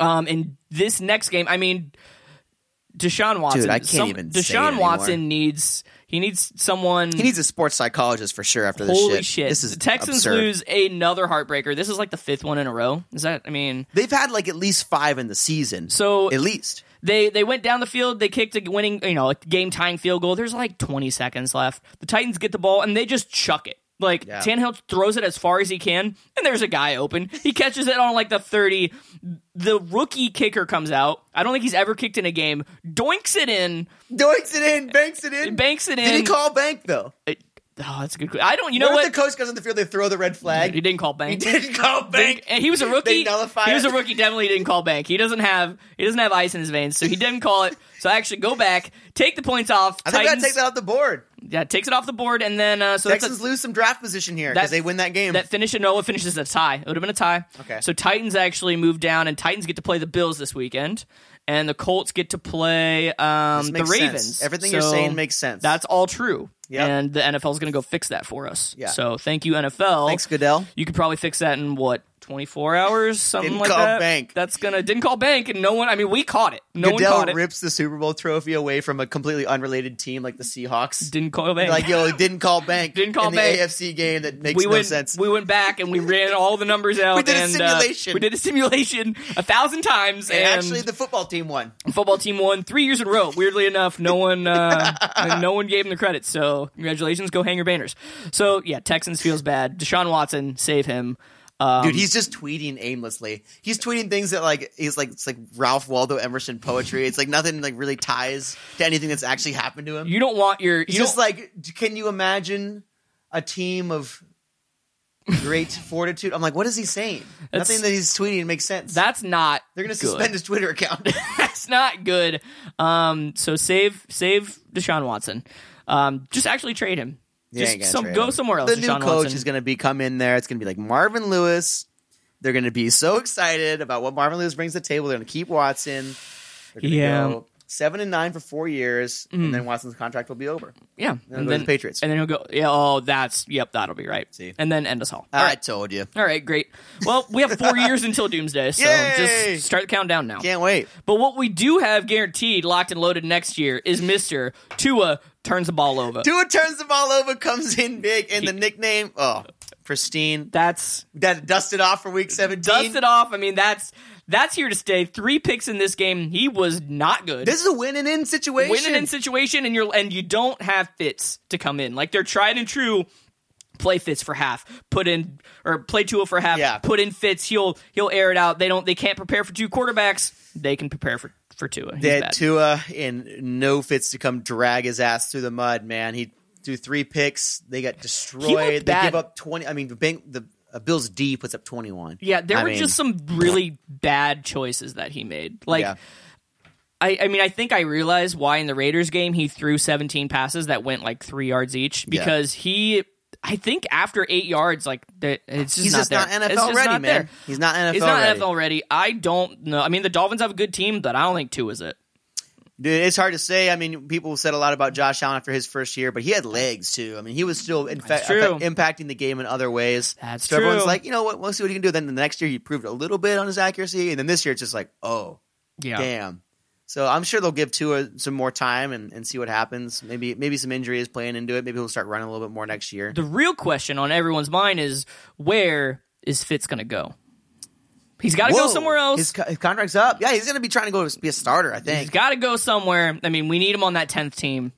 [SPEAKER 2] Um, and this next game, I mean, Deshaun Watson.
[SPEAKER 1] I can't even say
[SPEAKER 2] Deshaun
[SPEAKER 1] it anymore.
[SPEAKER 2] Watson needs he needs someone.
[SPEAKER 1] He needs a sports psychologist for sure after this
[SPEAKER 2] holy
[SPEAKER 1] shit.
[SPEAKER 2] shit.
[SPEAKER 1] This is
[SPEAKER 2] the Texans
[SPEAKER 1] absurd.
[SPEAKER 2] lose another heartbreaker. This is like the fifth one in a row. Is that? I mean,
[SPEAKER 1] They've had like at least five in the season.
[SPEAKER 2] So-
[SPEAKER 1] at least
[SPEAKER 2] they they went down the field. They kicked a winning, you know, a game tying field goal. There's like 20 seconds left. The Titans get the ball and they just chuck it. Like
[SPEAKER 1] Yeah.
[SPEAKER 2] Tannehill throws it as far as he can, and there's a guy open. He catches it on like the 30. The rookie kicker comes out. I don't think he's ever kicked in a game. Doinks it in,
[SPEAKER 1] doinks it in, banks it in,
[SPEAKER 2] banks it in.
[SPEAKER 1] Did he call bank though?
[SPEAKER 2] It- oh, that's a good. que- I don't. You know
[SPEAKER 1] what,
[SPEAKER 2] what?
[SPEAKER 1] if the coach goes on the field? They throw the red
[SPEAKER 2] he
[SPEAKER 1] flag.
[SPEAKER 2] didn't call bank.
[SPEAKER 1] He didn't call
[SPEAKER 2] Bank-
[SPEAKER 1] bank.
[SPEAKER 2] and he was a rookie.
[SPEAKER 1] They nullify
[SPEAKER 2] he was
[SPEAKER 1] it.
[SPEAKER 2] a rookie. Definitely didn't call bank. He doesn't have he doesn't have ice in his veins, so he didn't call it. So I actually go back, take the points off.
[SPEAKER 1] I think we gotta take
[SPEAKER 2] Titans,
[SPEAKER 1] that off the board.
[SPEAKER 2] yeah, takes it off the board, and then uh, so
[SPEAKER 1] Texans
[SPEAKER 2] that's a,
[SPEAKER 1] lose some draft position here because
[SPEAKER 2] that-
[SPEAKER 1] they win that game.
[SPEAKER 2] that finish. No, it finishes a tie. It would have been a tie.
[SPEAKER 1] Okay.
[SPEAKER 2] So Titans actually move down, and Titans get to play the Bills this weekend, and the Colts get to play um,
[SPEAKER 1] This
[SPEAKER 2] the
[SPEAKER 1] makes sense.
[SPEAKER 2] Ravens.
[SPEAKER 1] Everything you're
[SPEAKER 2] So
[SPEAKER 1] saying makes sense.
[SPEAKER 2] That's all true.
[SPEAKER 1] Yep.
[SPEAKER 2] And the NFL is going to go fix that for us.
[SPEAKER 1] Yeah.
[SPEAKER 2] So thank you, NFL.
[SPEAKER 1] Thanks, Goodell.
[SPEAKER 2] You could probably fix that in what twenty four hours, something
[SPEAKER 1] Didn't
[SPEAKER 2] like
[SPEAKER 1] call
[SPEAKER 2] that.
[SPEAKER 1] bank.
[SPEAKER 2] That's gonna didn't call bank, and no one. I mean, we caught it. No
[SPEAKER 1] Goodell
[SPEAKER 2] one caught
[SPEAKER 1] rips the Super Bowl trophy away from a completely unrelated team like the Seahawks.
[SPEAKER 2] it. Didn't call bank.
[SPEAKER 1] like yo, it didn't call bank.
[SPEAKER 2] Didn't call
[SPEAKER 1] in
[SPEAKER 2] bank.
[SPEAKER 1] the AFC game that makes
[SPEAKER 2] we
[SPEAKER 1] no
[SPEAKER 2] went.
[SPEAKER 1] sense.
[SPEAKER 2] We went back and we ran all the numbers out.
[SPEAKER 1] We did a
[SPEAKER 2] and, uh,
[SPEAKER 1] simulation.
[SPEAKER 2] we did a simulation a thousand times,
[SPEAKER 1] and
[SPEAKER 2] and
[SPEAKER 1] actually, the football team won.
[SPEAKER 2] football team won three years in a row. Weirdly enough, no one, uh, no one gave him the credit. So congratulations, go hang your banners. So yeah, Texans feels bad. Deshaun Watson, save him. Um,
[SPEAKER 1] Dude, he's just tweeting aimlessly. He's tweeting things that like he's like it's like Ralph Waldo Emerson poetry. It's like nothing like really ties to anything that's actually happened to him.
[SPEAKER 2] You don't want your. You
[SPEAKER 1] It's
[SPEAKER 2] don't-
[SPEAKER 1] just like, can you imagine a team of great fortitude? I'm like, what is he saying?
[SPEAKER 2] That's-
[SPEAKER 1] Nothing that he's tweeting makes sense.
[SPEAKER 2] that's not.
[SPEAKER 1] They're going to
[SPEAKER 2] good.
[SPEAKER 1] suspend his Twitter account.
[SPEAKER 2] that's not good. Um, so save save Deshaun Watson. Um, just actually trade him. Just some, go somewhere else.
[SPEAKER 1] The new
[SPEAKER 2] Deshaun
[SPEAKER 1] coach
[SPEAKER 2] Watson.
[SPEAKER 1] is going to be come in there. It's going to be like Marvin Lewis. They're going to be so excited about what Marvin Lewis brings to the table. They're going to keep Watson. They're gonna
[SPEAKER 2] Yeah. Mm.
[SPEAKER 1] go seven and nine for four years, and then Watson's contract will be over.
[SPEAKER 2] yeah,
[SPEAKER 1] go to the Patriots.
[SPEAKER 2] and then he'll go. Yeah, oh, that's yep, that'll be right.
[SPEAKER 1] See.
[SPEAKER 2] and then end us all. All
[SPEAKER 1] I
[SPEAKER 2] right,
[SPEAKER 1] told you.
[SPEAKER 2] all right, great. Well, we have four years until doomsday, so
[SPEAKER 1] Yay!
[SPEAKER 2] just start the countdown now.
[SPEAKER 1] Can't wait.
[SPEAKER 2] But what we do have guaranteed, locked and loaded next year is Mister Tua turns the ball over.
[SPEAKER 1] Tua turns the ball over, comes in big, and the nickname, oh, pristine.
[SPEAKER 2] That's
[SPEAKER 1] That dusted off for week 17.
[SPEAKER 2] dusted off. I mean, that's that's here to stay. Three picks in this game. He was not good.
[SPEAKER 1] This is a win and in situation.
[SPEAKER 2] Win an in situation and you're and you don't have fits to come in. Like they're tried and true play fits for half, put in or play Tua for half,
[SPEAKER 1] Yeah.
[SPEAKER 2] put in fits, he'll he'll air it out. They don't they can't prepare for two quarterbacks. They can prepare for for Tua. He's
[SPEAKER 1] That
[SPEAKER 2] bad.
[SPEAKER 1] Tua in no fits to come drag his ass through the mud, man. He threw three picks. They got destroyed. They
[SPEAKER 2] bad.
[SPEAKER 1] give up 20. I mean, the bank, the uh, Bills D puts up 21.
[SPEAKER 2] Yeah, there
[SPEAKER 1] I
[SPEAKER 2] were
[SPEAKER 1] mean,
[SPEAKER 2] just some really bad choices that he made. Like
[SPEAKER 1] Yeah.
[SPEAKER 2] I, I mean, I think I realized why in the Raiders game he threw 17 passes that went like three yards each
[SPEAKER 1] Yeah.
[SPEAKER 2] because he, I think after eight yards, like the, it's just
[SPEAKER 1] He's
[SPEAKER 2] not
[SPEAKER 1] just
[SPEAKER 2] there.
[SPEAKER 1] not NFL
[SPEAKER 2] It's just
[SPEAKER 1] ready,
[SPEAKER 2] not
[SPEAKER 1] man.
[SPEAKER 2] there.
[SPEAKER 1] He's not NFL
[SPEAKER 2] He's not
[SPEAKER 1] ready.
[SPEAKER 2] NFL ready. I don't know. I mean, the Dolphins have a good team, but I don't think two is it.
[SPEAKER 1] Dude, it's hard to say. I mean, people said a lot about Josh Allen after his first year, but he had legs too. I mean, he was still in fact,
[SPEAKER 2] true.
[SPEAKER 1] impacting the game in other ways.
[SPEAKER 2] That's
[SPEAKER 1] so Everyone's
[SPEAKER 2] true.
[SPEAKER 1] like, you know what? We'll see what he can do. Then the next year, he proved a little bit on his accuracy, and then this year, it's just like, oh,
[SPEAKER 2] Yeah.
[SPEAKER 1] damn. So I'm sure they'll give Tua some more time and, and see what happens. Maybe maybe some injury is playing into it. Maybe he'll start running a little bit more next year.
[SPEAKER 2] The real question on everyone's mind is where is Fitz going to go? He's got to go
[SPEAKER 1] Whoa.
[SPEAKER 2] somewhere else.
[SPEAKER 1] His, co- his contract's up. Yeah, he's going to be trying to go to be a starter, I
[SPEAKER 2] He's
[SPEAKER 1] think.
[SPEAKER 2] got to go somewhere. I mean, we need him on that tenth team.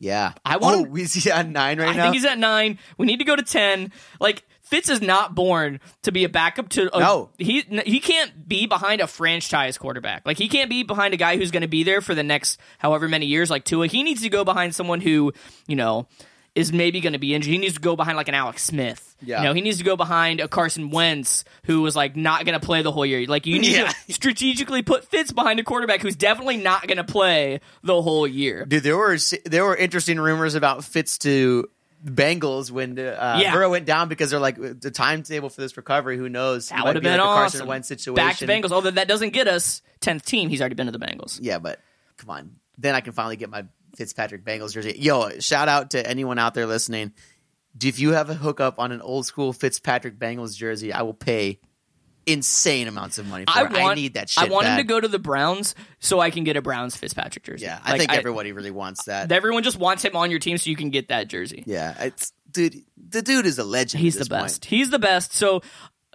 [SPEAKER 1] yeah.
[SPEAKER 2] I want
[SPEAKER 1] Oh,
[SPEAKER 2] him-
[SPEAKER 1] is he at nine right
[SPEAKER 2] I
[SPEAKER 1] now?
[SPEAKER 2] think he's at nine. We need to go to ten. Like Fitz is not born to be a backup to. A,
[SPEAKER 1] No.
[SPEAKER 2] he he can't be behind a franchise quarterback. Like he can't be behind a guy who's going to be there for the next however many years. Like Tua, he needs to go behind someone who you know is maybe going to be injured. He needs to go behind like an Alex Smith.
[SPEAKER 1] Yeah.
[SPEAKER 2] You know, he needs to go behind a Carson Wentz who was like not going to play the whole year. Like you need
[SPEAKER 1] Yeah.
[SPEAKER 2] to strategically put Fitz behind a quarterback who's definitely not going to play the whole year.
[SPEAKER 1] Dude, there were there were interesting rumors about Fitz to Bengals when uh,
[SPEAKER 2] Yeah.
[SPEAKER 1] Burrow went down because they're like the timetable for this recovery. Who knows?
[SPEAKER 2] That
[SPEAKER 1] Might
[SPEAKER 2] would have
[SPEAKER 1] be
[SPEAKER 2] been
[SPEAKER 1] like a
[SPEAKER 2] awesome.
[SPEAKER 1] Carson Wentz situation.
[SPEAKER 2] Back to Bengals. Although that doesn't get us tenth team. He's already been to the Bengals.
[SPEAKER 1] Yeah, but come on. Then I can finally get my Fitzpatrick Bengals jersey. Yo, shout out to anyone out there listening. If you have a hookup on an old school Fitzpatrick Bengals jersey, I will pay insane amounts of money for
[SPEAKER 2] I
[SPEAKER 1] it.
[SPEAKER 2] want.
[SPEAKER 1] I need that shit.
[SPEAKER 2] I want him
[SPEAKER 1] bad.
[SPEAKER 2] to go to the Browns so I can get a Browns Fitzpatrick jersey.
[SPEAKER 1] Yeah, I
[SPEAKER 2] Like,
[SPEAKER 1] think everybody really wants that.
[SPEAKER 2] Everyone just wants him on your team so you can get that jersey.
[SPEAKER 1] yeah, it's dude. The dude is a legend.
[SPEAKER 2] He's
[SPEAKER 1] at
[SPEAKER 2] the
[SPEAKER 1] this
[SPEAKER 2] best.
[SPEAKER 1] Point.
[SPEAKER 2] He's the best. So,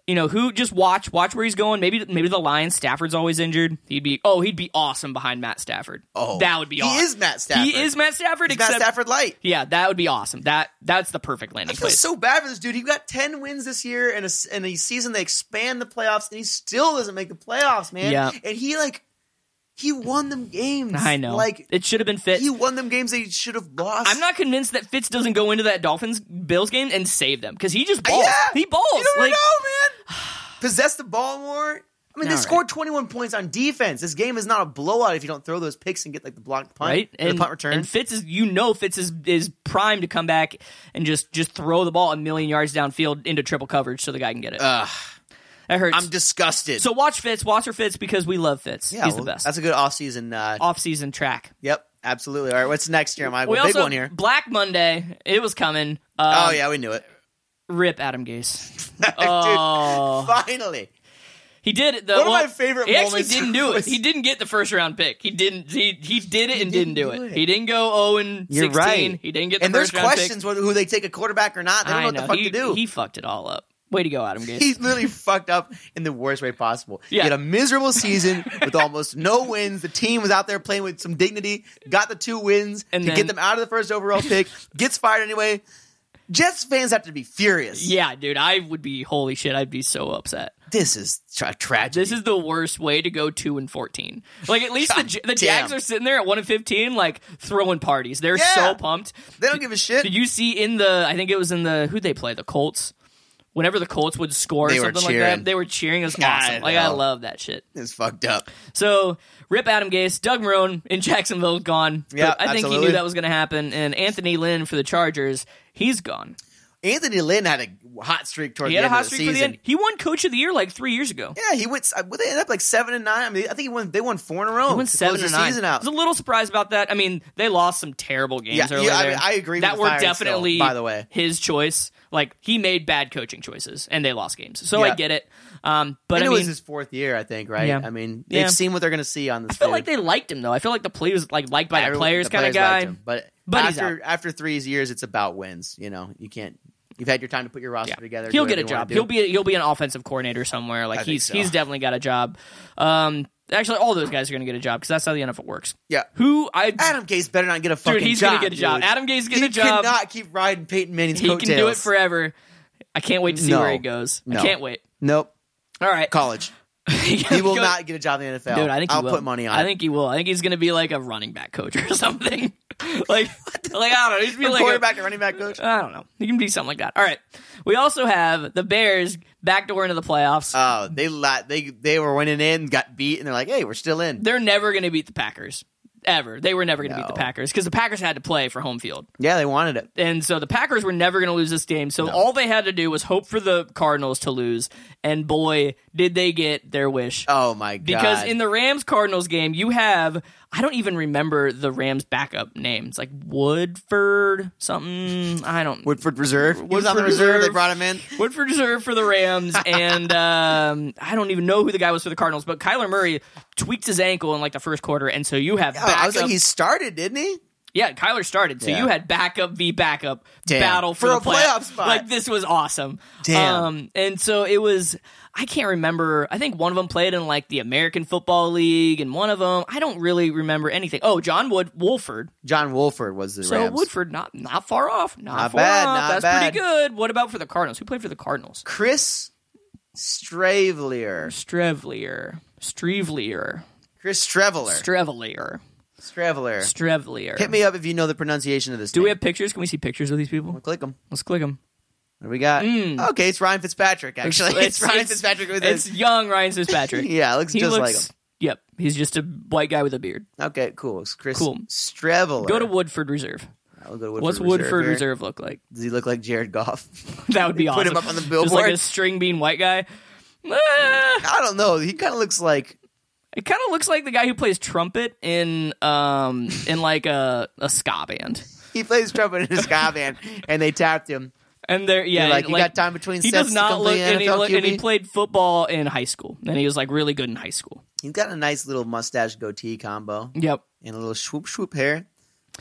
[SPEAKER 2] you know, who just watch watch where he's going. Maybe maybe the Lions. Stafford's always injured. He'd be oh he'd be awesome behind Matt Stafford.
[SPEAKER 1] Oh,
[SPEAKER 2] that would be
[SPEAKER 1] He
[SPEAKER 2] awesome.
[SPEAKER 1] is Matt Stafford.
[SPEAKER 2] He is Matt Stafford.
[SPEAKER 1] He's
[SPEAKER 2] except
[SPEAKER 1] Matt Stafford light.
[SPEAKER 2] yeah, that would be awesome. That that's the perfect landing
[SPEAKER 1] I feel
[SPEAKER 2] place.
[SPEAKER 1] so bad for this dude. He got ten wins this year, and a s- in a season they expand the playoffs, and he still doesn't make the playoffs, man.
[SPEAKER 2] Yeah.
[SPEAKER 1] and he like he won them games.
[SPEAKER 2] I know.
[SPEAKER 1] like
[SPEAKER 2] it should have been Fitz.
[SPEAKER 1] he won them games they should have lost.
[SPEAKER 2] I'm not convinced that Fitz doesn't go into that Dolphins Bills game and save them because he just
[SPEAKER 1] Yeah!
[SPEAKER 2] balls. He balls.
[SPEAKER 1] You don't
[SPEAKER 2] like,
[SPEAKER 1] know, man. Possess the ball more. I mean, they
[SPEAKER 2] All right.
[SPEAKER 1] scored 21 points on defense. This game is not a blowout if you don't throw those picks and get like the blocked punt
[SPEAKER 2] Right
[SPEAKER 1] or the punt return.
[SPEAKER 2] and Fitz is you know Fitz is is primed to come back and just just throw the ball a million yards downfield into triple coverage so the guy can get it.
[SPEAKER 1] Ugh.
[SPEAKER 2] that hurts.
[SPEAKER 1] I'm disgusted.
[SPEAKER 2] so watch Fitz, watch for Fitz because we love Fitz.
[SPEAKER 1] yeah,
[SPEAKER 2] He's
[SPEAKER 1] well,
[SPEAKER 2] the best.
[SPEAKER 1] That's a good offseason. Uh,
[SPEAKER 2] Off season track.
[SPEAKER 1] Yep, absolutely. All right, what's next, Jeremiah?
[SPEAKER 2] We
[SPEAKER 1] Well, big
[SPEAKER 2] also
[SPEAKER 1] one here.
[SPEAKER 2] Black Monday. It was coming. Uh,
[SPEAKER 1] oh yeah, we knew it.
[SPEAKER 2] Rip Adam Gase. Oh.
[SPEAKER 1] Dude, finally.
[SPEAKER 2] He did it though.
[SPEAKER 1] One of
[SPEAKER 2] Well,
[SPEAKER 1] my favorite
[SPEAKER 2] He actually
[SPEAKER 1] moments
[SPEAKER 2] didn't do
[SPEAKER 1] was-
[SPEAKER 2] it. He didn't get the first round pick. He didn't. He he did it and
[SPEAKER 1] didn't
[SPEAKER 2] didn't,
[SPEAKER 1] do
[SPEAKER 2] do it.
[SPEAKER 1] it.
[SPEAKER 2] He didn't go zero and
[SPEAKER 1] You're
[SPEAKER 2] sixteen.
[SPEAKER 1] right.
[SPEAKER 2] He didn't get the
[SPEAKER 1] And there's
[SPEAKER 2] first round
[SPEAKER 1] questions whether who they take a quarterback or not. They don't
[SPEAKER 2] pick. I
[SPEAKER 1] know what the
[SPEAKER 2] know.
[SPEAKER 1] fuck
[SPEAKER 2] he,
[SPEAKER 1] to do.
[SPEAKER 2] He fucked it all up. Way to go, Adam Gates.
[SPEAKER 1] He's literally fucked up in the worst way possible.
[SPEAKER 2] Yeah.
[SPEAKER 1] He had a miserable season with almost no wins. The team was out there playing with some dignity, got the two wins
[SPEAKER 2] And
[SPEAKER 1] to
[SPEAKER 2] then-
[SPEAKER 1] get them out of the first overall pick, gets fired anyway. Jets fans have to be furious.
[SPEAKER 2] yeah, dude. I would be holy shit. I'd be so upset.
[SPEAKER 1] This is tra- tragedy.
[SPEAKER 2] This is the worst way to go two and fourteen. Like at least the,
[SPEAKER 1] God
[SPEAKER 2] J-
[SPEAKER 1] damn.
[SPEAKER 2] the Jags are sitting there at one and fifteen, like throwing parties. They're
[SPEAKER 1] Yeah.
[SPEAKER 2] so pumped.
[SPEAKER 1] they don't give a shit.
[SPEAKER 2] Did you see in the? I think it was in the who they play the Colts. Whenever the Colts would score or
[SPEAKER 1] They were
[SPEAKER 2] something like
[SPEAKER 1] cheering.
[SPEAKER 2] that, they were cheering. It was
[SPEAKER 1] I
[SPEAKER 2] awesome. like I
[SPEAKER 1] know.
[SPEAKER 2] love that shit.
[SPEAKER 1] it's fucked up.
[SPEAKER 2] So rip Adam Gase, Doug Marone in Jacksonville gone. But
[SPEAKER 1] Yeah,
[SPEAKER 2] I think he
[SPEAKER 1] absolutely.
[SPEAKER 2] knew that was going to happen. And Anthony Lynn for the Chargers, he's gone.
[SPEAKER 1] Anthony Lynn had a hot streak toward
[SPEAKER 2] He
[SPEAKER 1] the
[SPEAKER 2] had a
[SPEAKER 1] end
[SPEAKER 2] hot
[SPEAKER 1] of the
[SPEAKER 2] streak for
[SPEAKER 1] season.
[SPEAKER 2] the end. He won Coach of the Year like three years ago.
[SPEAKER 1] Yeah, he went. uh, Well, they ended up like seven and nine. I mean, I think he won. They won four in a row.
[SPEAKER 2] He won
[SPEAKER 1] to
[SPEAKER 2] seven
[SPEAKER 1] close
[SPEAKER 2] and
[SPEAKER 1] the
[SPEAKER 2] nine.
[SPEAKER 1] season
[SPEAKER 2] I
[SPEAKER 1] out.
[SPEAKER 2] was a little surprised about that. I mean, they lost some terrible games
[SPEAKER 1] Yeah, yeah,
[SPEAKER 2] earlier.
[SPEAKER 1] I
[SPEAKER 2] there.
[SPEAKER 1] mean, I agree with
[SPEAKER 2] That
[SPEAKER 1] the
[SPEAKER 2] were
[SPEAKER 1] firing still,
[SPEAKER 2] definitely,
[SPEAKER 1] by the way.
[SPEAKER 2] his choice. Like he made bad coaching choices, and they lost games. So
[SPEAKER 1] Yeah.
[SPEAKER 2] I get it. Um, but
[SPEAKER 1] and
[SPEAKER 2] I
[SPEAKER 1] it
[SPEAKER 2] mean,
[SPEAKER 1] was his fourth year, I think. Right?
[SPEAKER 2] Yeah.
[SPEAKER 1] I mean, they've
[SPEAKER 2] Yeah.
[SPEAKER 1] seen what they're going to see on this.
[SPEAKER 2] I feel like they liked him though. I feel like the play was like liked by the players kind of guy.
[SPEAKER 1] But,
[SPEAKER 2] But he's
[SPEAKER 1] after after three years, it's about wins. You know, you can't. You've had your time to put your roster
[SPEAKER 2] Yeah.
[SPEAKER 1] together. do
[SPEAKER 2] He'll get a
[SPEAKER 1] whatever you wanna
[SPEAKER 2] job.
[SPEAKER 1] do.
[SPEAKER 2] He'll be he'll be an offensive coordinator somewhere. Like
[SPEAKER 1] think
[SPEAKER 2] he's
[SPEAKER 1] so.
[SPEAKER 2] he's definitely got a job. Um, actually, all those guys are going to get a job because that's how the NFL works.
[SPEAKER 1] Yeah.
[SPEAKER 2] Who I
[SPEAKER 1] Adam Gase better not get a fucking
[SPEAKER 2] dude, he's
[SPEAKER 1] job.
[SPEAKER 2] going to get a job.
[SPEAKER 1] dude.
[SPEAKER 2] Adam Gay's
[SPEAKER 1] he
[SPEAKER 2] getting a job.
[SPEAKER 1] cannot keep riding Peyton Manning's
[SPEAKER 2] he
[SPEAKER 1] coattails.
[SPEAKER 2] can do it forever. I can't wait to see
[SPEAKER 1] No.
[SPEAKER 2] where he goes.
[SPEAKER 1] No.
[SPEAKER 2] I can't wait.
[SPEAKER 1] Nope.
[SPEAKER 2] All right,
[SPEAKER 1] College. He
[SPEAKER 2] he
[SPEAKER 1] will not get a job in the NFL.
[SPEAKER 2] Dude, I think he
[SPEAKER 1] I'll
[SPEAKER 2] will.
[SPEAKER 1] put money on
[SPEAKER 2] I
[SPEAKER 1] it.
[SPEAKER 2] think he will. I think he's going to be like a running back coach or something. like, like I don't know. He's gonna be
[SPEAKER 1] From
[SPEAKER 2] like a-
[SPEAKER 1] quarterback to running back coach.
[SPEAKER 2] I don't know. He can be something like that. All right. We also have the Bears backdoor into the playoffs.
[SPEAKER 1] Oh, they la- they they were winning in, got beat, and they're like, "Hey, we're still in."
[SPEAKER 2] They're never going to beat the Packers. Ever. They were never going to beat
[SPEAKER 1] No.
[SPEAKER 2] the Packers because the Packers had to play for home field.
[SPEAKER 1] Yeah, they wanted it.
[SPEAKER 2] And so the Packers were never going to lose this game. So all they had to do was hope for the Cardinals to lose. And boy, did they get their wish.
[SPEAKER 1] Oh my god!
[SPEAKER 2] because in the Rams Cardinals game, you have I don't even remember the Rams backup names like Woodford something I don't
[SPEAKER 1] Woodford Reserve, he was on the
[SPEAKER 2] Woodford
[SPEAKER 1] reserve. They
[SPEAKER 2] Reserve.
[SPEAKER 1] brought him in.
[SPEAKER 2] Woodford reserved for the Rams, and um, I don't even know who the guy was for the Cardinals. But Kyler Murray tweaked his ankle in like the first quarter, and so you have
[SPEAKER 1] Oh, I was
[SPEAKER 2] backup-
[SPEAKER 1] like, he started, didn't he?
[SPEAKER 2] Yeah, Kyler started, so
[SPEAKER 1] Yeah.
[SPEAKER 2] you had backup v backup
[SPEAKER 1] Damn.
[SPEAKER 2] battle
[SPEAKER 1] For
[SPEAKER 2] for, the
[SPEAKER 1] a playoff spot.
[SPEAKER 2] Like this was awesome.
[SPEAKER 1] Damn.
[SPEAKER 2] Um, and so it was. I can't remember. I think one of them played in like the American Football League, and one of them I don't really remember anything. Oh, John Wood Wolford.
[SPEAKER 1] John Wolford was the
[SPEAKER 2] So
[SPEAKER 1] Rams.
[SPEAKER 2] Woodford, not not far off. Not,
[SPEAKER 1] Not
[SPEAKER 2] far
[SPEAKER 1] bad,
[SPEAKER 2] off.
[SPEAKER 1] not
[SPEAKER 2] That's
[SPEAKER 1] bad.
[SPEAKER 2] pretty good. What about for the Cardinals? Who played for the Cardinals?
[SPEAKER 1] Chris Stravelier.
[SPEAKER 2] Strevlier. Strevlier.
[SPEAKER 1] Chris Streveler.
[SPEAKER 2] Strevlier.
[SPEAKER 1] Streveler.
[SPEAKER 2] Strevlier.
[SPEAKER 1] Hit me up if you know the pronunciation of this.
[SPEAKER 2] Do we
[SPEAKER 1] name.
[SPEAKER 2] have pictures? Can we see pictures of these people?
[SPEAKER 1] click them?
[SPEAKER 2] Let's click them.
[SPEAKER 1] What do we got?
[SPEAKER 2] Mm.
[SPEAKER 1] Okay, it's Ryan Fitzpatrick. Actually, it's, Ryan Fitzpatrick with
[SPEAKER 2] It's
[SPEAKER 1] his.
[SPEAKER 2] young Ryan Fitzpatrick.
[SPEAKER 1] Yeah, it looks
[SPEAKER 2] he
[SPEAKER 1] just like
[SPEAKER 2] looks. Yep, he's just a white guy with a beard.
[SPEAKER 1] him. Okay, cool. It's Chris
[SPEAKER 2] Cool.
[SPEAKER 1] Streveler.
[SPEAKER 2] Go to Woodford Reserve.
[SPEAKER 1] I'll go to Woodford
[SPEAKER 2] What's Woodford
[SPEAKER 1] here.
[SPEAKER 2] Reserve look like?
[SPEAKER 1] Does he look like Jared Goff?
[SPEAKER 2] That would be
[SPEAKER 1] Put
[SPEAKER 2] awesome.
[SPEAKER 1] him up on the
[SPEAKER 2] Just like
[SPEAKER 1] billboard.
[SPEAKER 2] a string bean white guy. Ah,
[SPEAKER 1] I don't know. He kind of looks like
[SPEAKER 2] it kind of looks like the guy who plays trumpet in um in like a a ska band.
[SPEAKER 1] he plays trumpet in a ska band, and they tapped him.
[SPEAKER 2] And there, yeah,
[SPEAKER 1] They're like,
[SPEAKER 2] and,
[SPEAKER 1] you got time between
[SPEAKER 2] He
[SPEAKER 1] sets
[SPEAKER 2] does
[SPEAKER 1] to
[SPEAKER 2] not
[SPEAKER 1] come
[SPEAKER 2] look,
[SPEAKER 1] play
[SPEAKER 2] and he,
[SPEAKER 1] NFL
[SPEAKER 2] look- and he
[SPEAKER 1] QB?
[SPEAKER 2] played football in high school, and he was like really good in high school.
[SPEAKER 1] He's got a nice little mustache goatee combo
[SPEAKER 2] Yep.
[SPEAKER 1] and a little swoop swoop hair.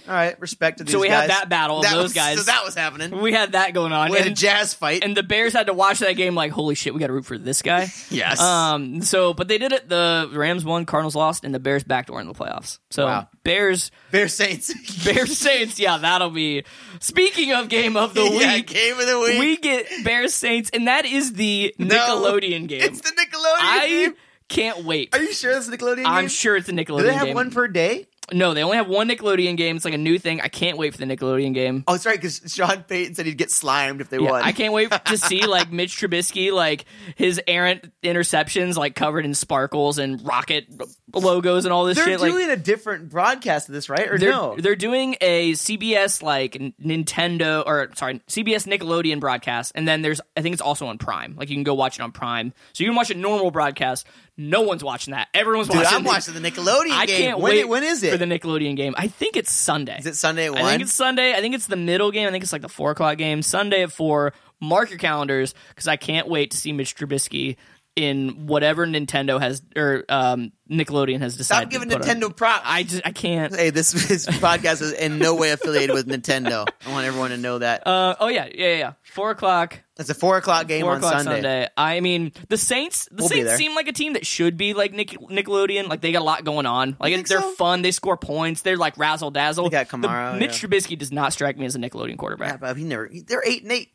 [SPEAKER 1] All right, respect to these
[SPEAKER 2] So we had
[SPEAKER 1] guys.
[SPEAKER 2] that battle of
[SPEAKER 1] That
[SPEAKER 2] those
[SPEAKER 1] was-
[SPEAKER 2] guys.
[SPEAKER 1] So that was happening.
[SPEAKER 2] We had that going on,
[SPEAKER 1] We had a
[SPEAKER 2] and-
[SPEAKER 1] jazz fight.
[SPEAKER 2] and the Bears had to watch that game like, holy shit, we got to root for this guy.
[SPEAKER 1] yes.
[SPEAKER 2] Um. So, but they did it. The Rams won, Cardinals lost, and the Bears backdoor in the playoffs. So
[SPEAKER 1] Wow.
[SPEAKER 2] Bears,
[SPEAKER 1] Bear Saints.
[SPEAKER 2] Bears Saints. Yeah, that'll be. Speaking of game of the
[SPEAKER 1] yeah,
[SPEAKER 2] week,
[SPEAKER 1] game of the week.
[SPEAKER 2] we get Bears Saints, and that is the
[SPEAKER 1] No,
[SPEAKER 2] Nickelodeon game.
[SPEAKER 1] It's the Nickelodeon
[SPEAKER 2] I
[SPEAKER 1] game.
[SPEAKER 2] can't wait.
[SPEAKER 1] Are you sure it's the Nickelodeon
[SPEAKER 2] I'm
[SPEAKER 1] game?
[SPEAKER 2] sure it's a Nickelodeon
[SPEAKER 1] Do they have
[SPEAKER 2] game.
[SPEAKER 1] one per day?
[SPEAKER 2] no, they only have one Nickelodeon game. It's like a new thing. I can't wait for the Nickelodeon game.
[SPEAKER 1] Oh, sorry, because Sean Payton said he'd get slimed if they
[SPEAKER 2] Yeah,
[SPEAKER 1] won.
[SPEAKER 2] I can't wait to see like Mitch Trubisky, like his errant interceptions, like covered in sparkles and rocket logos and all this
[SPEAKER 1] They're
[SPEAKER 2] shit. like
[SPEAKER 1] doing a different broadcast of this, right? Or
[SPEAKER 2] they're
[SPEAKER 1] no?
[SPEAKER 2] they're doing a CBS like N- Nintendo or sorry CBS Nickelodeon broadcast, and then there's I think it's also on Prime. Like you can go watch it on Prime, so you can watch a normal broadcast. No one's watching that. Everyone's
[SPEAKER 1] Dude,
[SPEAKER 2] watching.
[SPEAKER 1] I'm
[SPEAKER 2] the-
[SPEAKER 1] watching the Nickelodeon
[SPEAKER 2] I
[SPEAKER 1] game.
[SPEAKER 2] can't
[SPEAKER 1] when,
[SPEAKER 2] wait.
[SPEAKER 1] When is it?
[SPEAKER 2] for the Nickelodeon game? I think it's Sunday.
[SPEAKER 1] is it Sunday at one?
[SPEAKER 2] I think it's Sunday. I think it's the middle game. I think it's like the four o'clock game. Sunday at four. Mark your calendars because I can't wait to see Mitch Trubisky in whatever Nintendo has or um, Nickelodeon has decided.
[SPEAKER 1] Stop giving
[SPEAKER 2] to put on.
[SPEAKER 1] Nintendo props.
[SPEAKER 2] I just I can't.
[SPEAKER 1] hey, this, this podcast is in no way affiliated with Nintendo. I want everyone to know that
[SPEAKER 2] Uh, oh yeah, yeah, yeah, yeah. Four o'clock.
[SPEAKER 1] it's a four o'clock game
[SPEAKER 2] Four
[SPEAKER 1] on
[SPEAKER 2] o'clock Sunday.
[SPEAKER 1] Sunday.
[SPEAKER 2] I mean, the Saints. The
[SPEAKER 1] We'll be
[SPEAKER 2] Saints
[SPEAKER 1] there.
[SPEAKER 2] seem like a team that should be like Nick- Nickelodeon. Like they got a lot going on. Like
[SPEAKER 1] think
[SPEAKER 2] they're
[SPEAKER 1] so?
[SPEAKER 2] fun. They score points. They're like razzle dazzle.
[SPEAKER 1] They got Kamara,
[SPEAKER 2] The- Mitch
[SPEAKER 1] yeah.
[SPEAKER 2] Trubisky does not strike me as a Nickelodeon quarterback.
[SPEAKER 1] Yeah, but he never. he- They're eight and eight.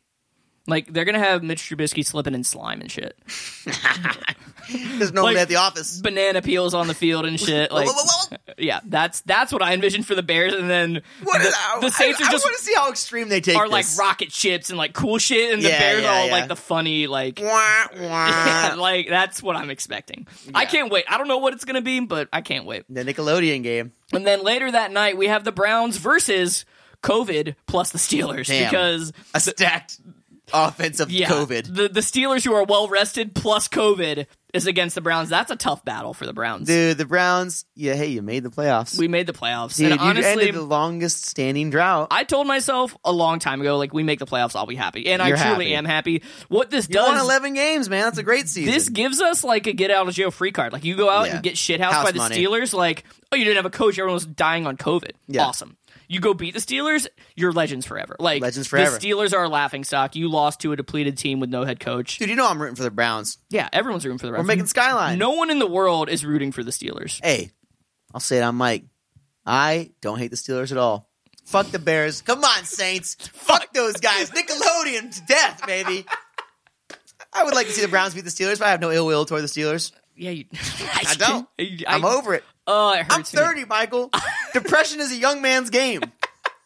[SPEAKER 2] Like they're gonna have Mitch Trubisky slipping in slime and shit.
[SPEAKER 1] There's no one
[SPEAKER 2] Like,
[SPEAKER 1] at the office.
[SPEAKER 2] banana peels on the field and shit.
[SPEAKER 1] Whoa,
[SPEAKER 2] Like,
[SPEAKER 1] whoa, whoa, whoa.
[SPEAKER 2] yeah, that's that's what I envisioned for the Bears, and then
[SPEAKER 1] What
[SPEAKER 2] the,
[SPEAKER 1] is that?
[SPEAKER 2] the Saints
[SPEAKER 1] I,
[SPEAKER 2] are just
[SPEAKER 1] want to see how extreme they take
[SPEAKER 2] are like
[SPEAKER 1] this.
[SPEAKER 2] rocket ships and like cool shit, and the
[SPEAKER 1] Yeah,
[SPEAKER 2] Bears
[SPEAKER 1] yeah,
[SPEAKER 2] are all
[SPEAKER 1] yeah.
[SPEAKER 2] like the funny like.
[SPEAKER 1] Wah, wah.
[SPEAKER 2] Yeah, like that's what I'm expecting. I can't wait. I don't know what it's gonna be, but I can't wait.
[SPEAKER 1] The Nickelodeon game.
[SPEAKER 2] And then later that night, we have the Browns versus COVID plus the Steelers
[SPEAKER 1] Damn.
[SPEAKER 2] because
[SPEAKER 1] A stacked offense of
[SPEAKER 2] yeah,
[SPEAKER 1] COVID.
[SPEAKER 2] the the Steelers who are well rested plus COVID is against the Browns. That's a tough battle for the Browns.
[SPEAKER 1] Dude, the Browns. Yeah, hey, you made the playoffs.
[SPEAKER 2] We made the playoffs,
[SPEAKER 1] Dude,
[SPEAKER 2] and
[SPEAKER 1] you
[SPEAKER 2] honestly,
[SPEAKER 1] ended the longest standing drought.
[SPEAKER 2] I told myself a long time ago, like we make the playoffs, I'll be happy, and
[SPEAKER 1] You're
[SPEAKER 2] I truly
[SPEAKER 1] happy.
[SPEAKER 2] am happy. What this
[SPEAKER 1] You won
[SPEAKER 2] does,
[SPEAKER 1] eleven games, man. That's a great season.
[SPEAKER 2] this gives us like a get out of jail free card. Like you go out
[SPEAKER 1] Yeah.
[SPEAKER 2] and get shithoused
[SPEAKER 1] House
[SPEAKER 2] by the
[SPEAKER 1] money.
[SPEAKER 2] Steelers, like oh you didn't have a coach, everyone was dying on COVID.
[SPEAKER 1] Yeah.
[SPEAKER 2] Awesome. You go beat the Steelers, you're legends forever. Like
[SPEAKER 1] Legends forever.
[SPEAKER 2] The Steelers are a laughing stock. You lost to a depleted team with no head coach.
[SPEAKER 1] Dude, you know I'm rooting for the Browns.
[SPEAKER 2] Yeah, everyone's rooting for the
[SPEAKER 1] We're
[SPEAKER 2] Browns.
[SPEAKER 1] making skyline.
[SPEAKER 2] no one in the world is rooting for the Steelers.
[SPEAKER 1] Hey, I'll say it on mic. I don't hate the Steelers at all. Fuck the Bears. Come on, Saints. Fuck those guys. Nickelodeon to death, baby. I would like to see the Browns beat the Steelers, but I have no ill will toward the Steelers.
[SPEAKER 2] Yeah, you,
[SPEAKER 1] I don't.
[SPEAKER 2] I,
[SPEAKER 1] I'm over it.
[SPEAKER 2] Oh, it hurts
[SPEAKER 1] I'm
[SPEAKER 2] me.
[SPEAKER 1] 30, Michael. Depression is a young man's game.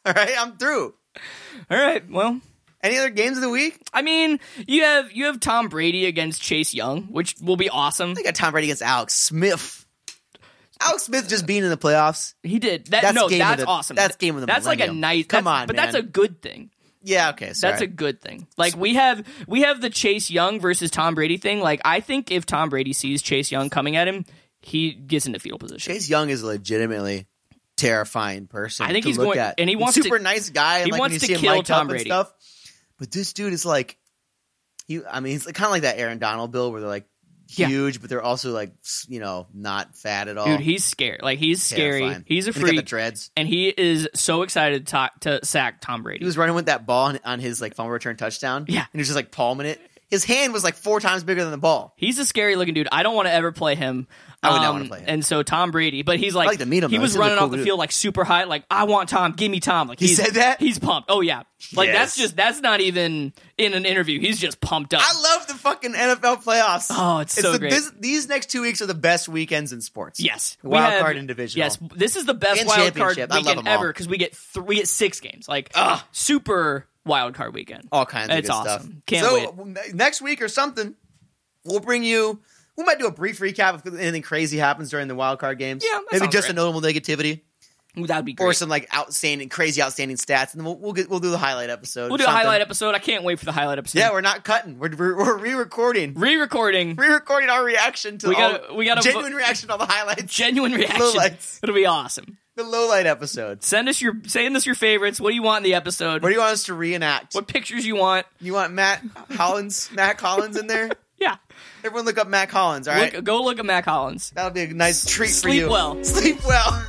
[SPEAKER 1] All right, I'm through.
[SPEAKER 2] All right, well,
[SPEAKER 1] Any other games of the week?
[SPEAKER 2] I mean, you have you have Tom Brady against Chase Young, which will be awesome.
[SPEAKER 1] They got Tom Brady against Alex Smith. Alex Smith just being in the playoffs.
[SPEAKER 2] He did. That,
[SPEAKER 1] That's
[SPEAKER 2] no,
[SPEAKER 1] game of
[SPEAKER 2] that's
[SPEAKER 1] the-
[SPEAKER 2] awesome.
[SPEAKER 1] that's game of the
[SPEAKER 2] That's like a
[SPEAKER 1] millennium.
[SPEAKER 2] nice.
[SPEAKER 1] Come
[SPEAKER 2] that's-
[SPEAKER 1] on,
[SPEAKER 2] but that's a
[SPEAKER 1] man.
[SPEAKER 2] good thing.
[SPEAKER 1] Yeah, okay. Sorry.
[SPEAKER 2] That's a good thing. Like we have we have the Chase Young versus Tom Brady thing. Like I think if Tom Brady sees Chase Young coming at him, he gets into fetal position.
[SPEAKER 1] Chase Young is a legitimately terrifying person.
[SPEAKER 2] I think
[SPEAKER 1] to
[SPEAKER 2] he's
[SPEAKER 1] look
[SPEAKER 2] going-
[SPEAKER 1] at.
[SPEAKER 2] and he wants to-
[SPEAKER 1] super nice guy. And
[SPEAKER 2] he
[SPEAKER 1] like
[SPEAKER 2] wants
[SPEAKER 1] when you
[SPEAKER 2] to
[SPEAKER 1] see him
[SPEAKER 2] kill
[SPEAKER 1] mic'd
[SPEAKER 2] Tom
[SPEAKER 1] up
[SPEAKER 2] Brady.
[SPEAKER 1] and stuff. But this dude is like, he. I mean, he's kind of like that Aaron Donald bill where they're like,
[SPEAKER 2] Yeah.
[SPEAKER 1] huge, but they're also like s- you know not fat at all.
[SPEAKER 2] Dude, he's scared. Like he's scary.
[SPEAKER 1] Terrifying.
[SPEAKER 2] He's a
[SPEAKER 1] And he got
[SPEAKER 2] freak,
[SPEAKER 1] the dreads.
[SPEAKER 2] and he is so excited to, talk, to sack Tom Brady.
[SPEAKER 1] He was running with that ball on, on his like fumble return touchdown.
[SPEAKER 2] Yeah.
[SPEAKER 1] and he was just like palming it. His hand was like four times bigger than the ball.
[SPEAKER 2] He's a scary looking dude. I don't want to ever play him.
[SPEAKER 1] I
[SPEAKER 2] Um,
[SPEAKER 1] would not wanna play him.
[SPEAKER 2] And so Tom Brady, but he's like,
[SPEAKER 1] like to meet him,
[SPEAKER 2] he
[SPEAKER 1] though.
[SPEAKER 2] was
[SPEAKER 1] He seems like a
[SPEAKER 2] running
[SPEAKER 1] cool
[SPEAKER 2] off the
[SPEAKER 1] dude.
[SPEAKER 2] field like super high, like I want Tom, give me Tom. Like
[SPEAKER 1] He
[SPEAKER 2] he's-
[SPEAKER 1] said that?
[SPEAKER 2] he's pumped. Oh yeah, like
[SPEAKER 1] Yes.
[SPEAKER 2] that's just that's not even in an interview. He's just pumped up.
[SPEAKER 1] I love the fucking NFL playoffs.
[SPEAKER 2] Oh, it's so
[SPEAKER 1] the,
[SPEAKER 2] great.
[SPEAKER 1] This, these next two weeks are the best weekends in sports.
[SPEAKER 2] yes, We
[SPEAKER 1] wild
[SPEAKER 2] have-
[SPEAKER 1] card and divisional.
[SPEAKER 2] Yes, this is the best
[SPEAKER 1] And
[SPEAKER 2] wild card
[SPEAKER 1] championship. I love
[SPEAKER 2] weekend
[SPEAKER 1] 'em all.
[SPEAKER 2] ever because we get th- we get six games, like super wild card weekend.
[SPEAKER 1] all kinds of
[SPEAKER 2] It's
[SPEAKER 1] good
[SPEAKER 2] awesome.
[SPEAKER 1] stuff.
[SPEAKER 2] Can't
[SPEAKER 1] so
[SPEAKER 2] wait.
[SPEAKER 1] w- ne- next week or something, we'll bring you. We might do a brief recap if anything crazy happens during the wild card games.
[SPEAKER 2] Yeah, that
[SPEAKER 1] maybe
[SPEAKER 2] sounds
[SPEAKER 1] just
[SPEAKER 2] great.
[SPEAKER 1] a notable negativity
[SPEAKER 2] That'd be great.
[SPEAKER 1] or some like outstanding, crazy, outstanding stats, and then we'll, we'll get we'll do the highlight episode.
[SPEAKER 2] we'll
[SPEAKER 1] or
[SPEAKER 2] do a
[SPEAKER 1] something.
[SPEAKER 2] highlight episode. I can't wait for the highlight episode.
[SPEAKER 1] Yeah, we're not cutting. We're we're, we're re-recording,
[SPEAKER 2] re-recording.
[SPEAKER 1] re-recording our reaction to
[SPEAKER 2] We
[SPEAKER 1] all-
[SPEAKER 2] gotta- we gotta
[SPEAKER 1] genuine reaction to all the highlights,
[SPEAKER 2] Genuine reaction.
[SPEAKER 1] lights.
[SPEAKER 2] It'll be awesome.
[SPEAKER 1] the low light episodes.
[SPEAKER 2] Send us your send us your favorites. What do you want in the episode?
[SPEAKER 1] What do you want us to reenact?
[SPEAKER 2] what pictures you want?
[SPEAKER 1] You want Matt Collins, Matt Collins in there?
[SPEAKER 2] Yeah,
[SPEAKER 1] Everyone, look up Matt Collins. All right,
[SPEAKER 2] look, go look at Mac Hollins.
[SPEAKER 1] that'll be a nice treat for
[SPEAKER 2] sleep
[SPEAKER 1] you.
[SPEAKER 2] well.
[SPEAKER 1] Sleep well.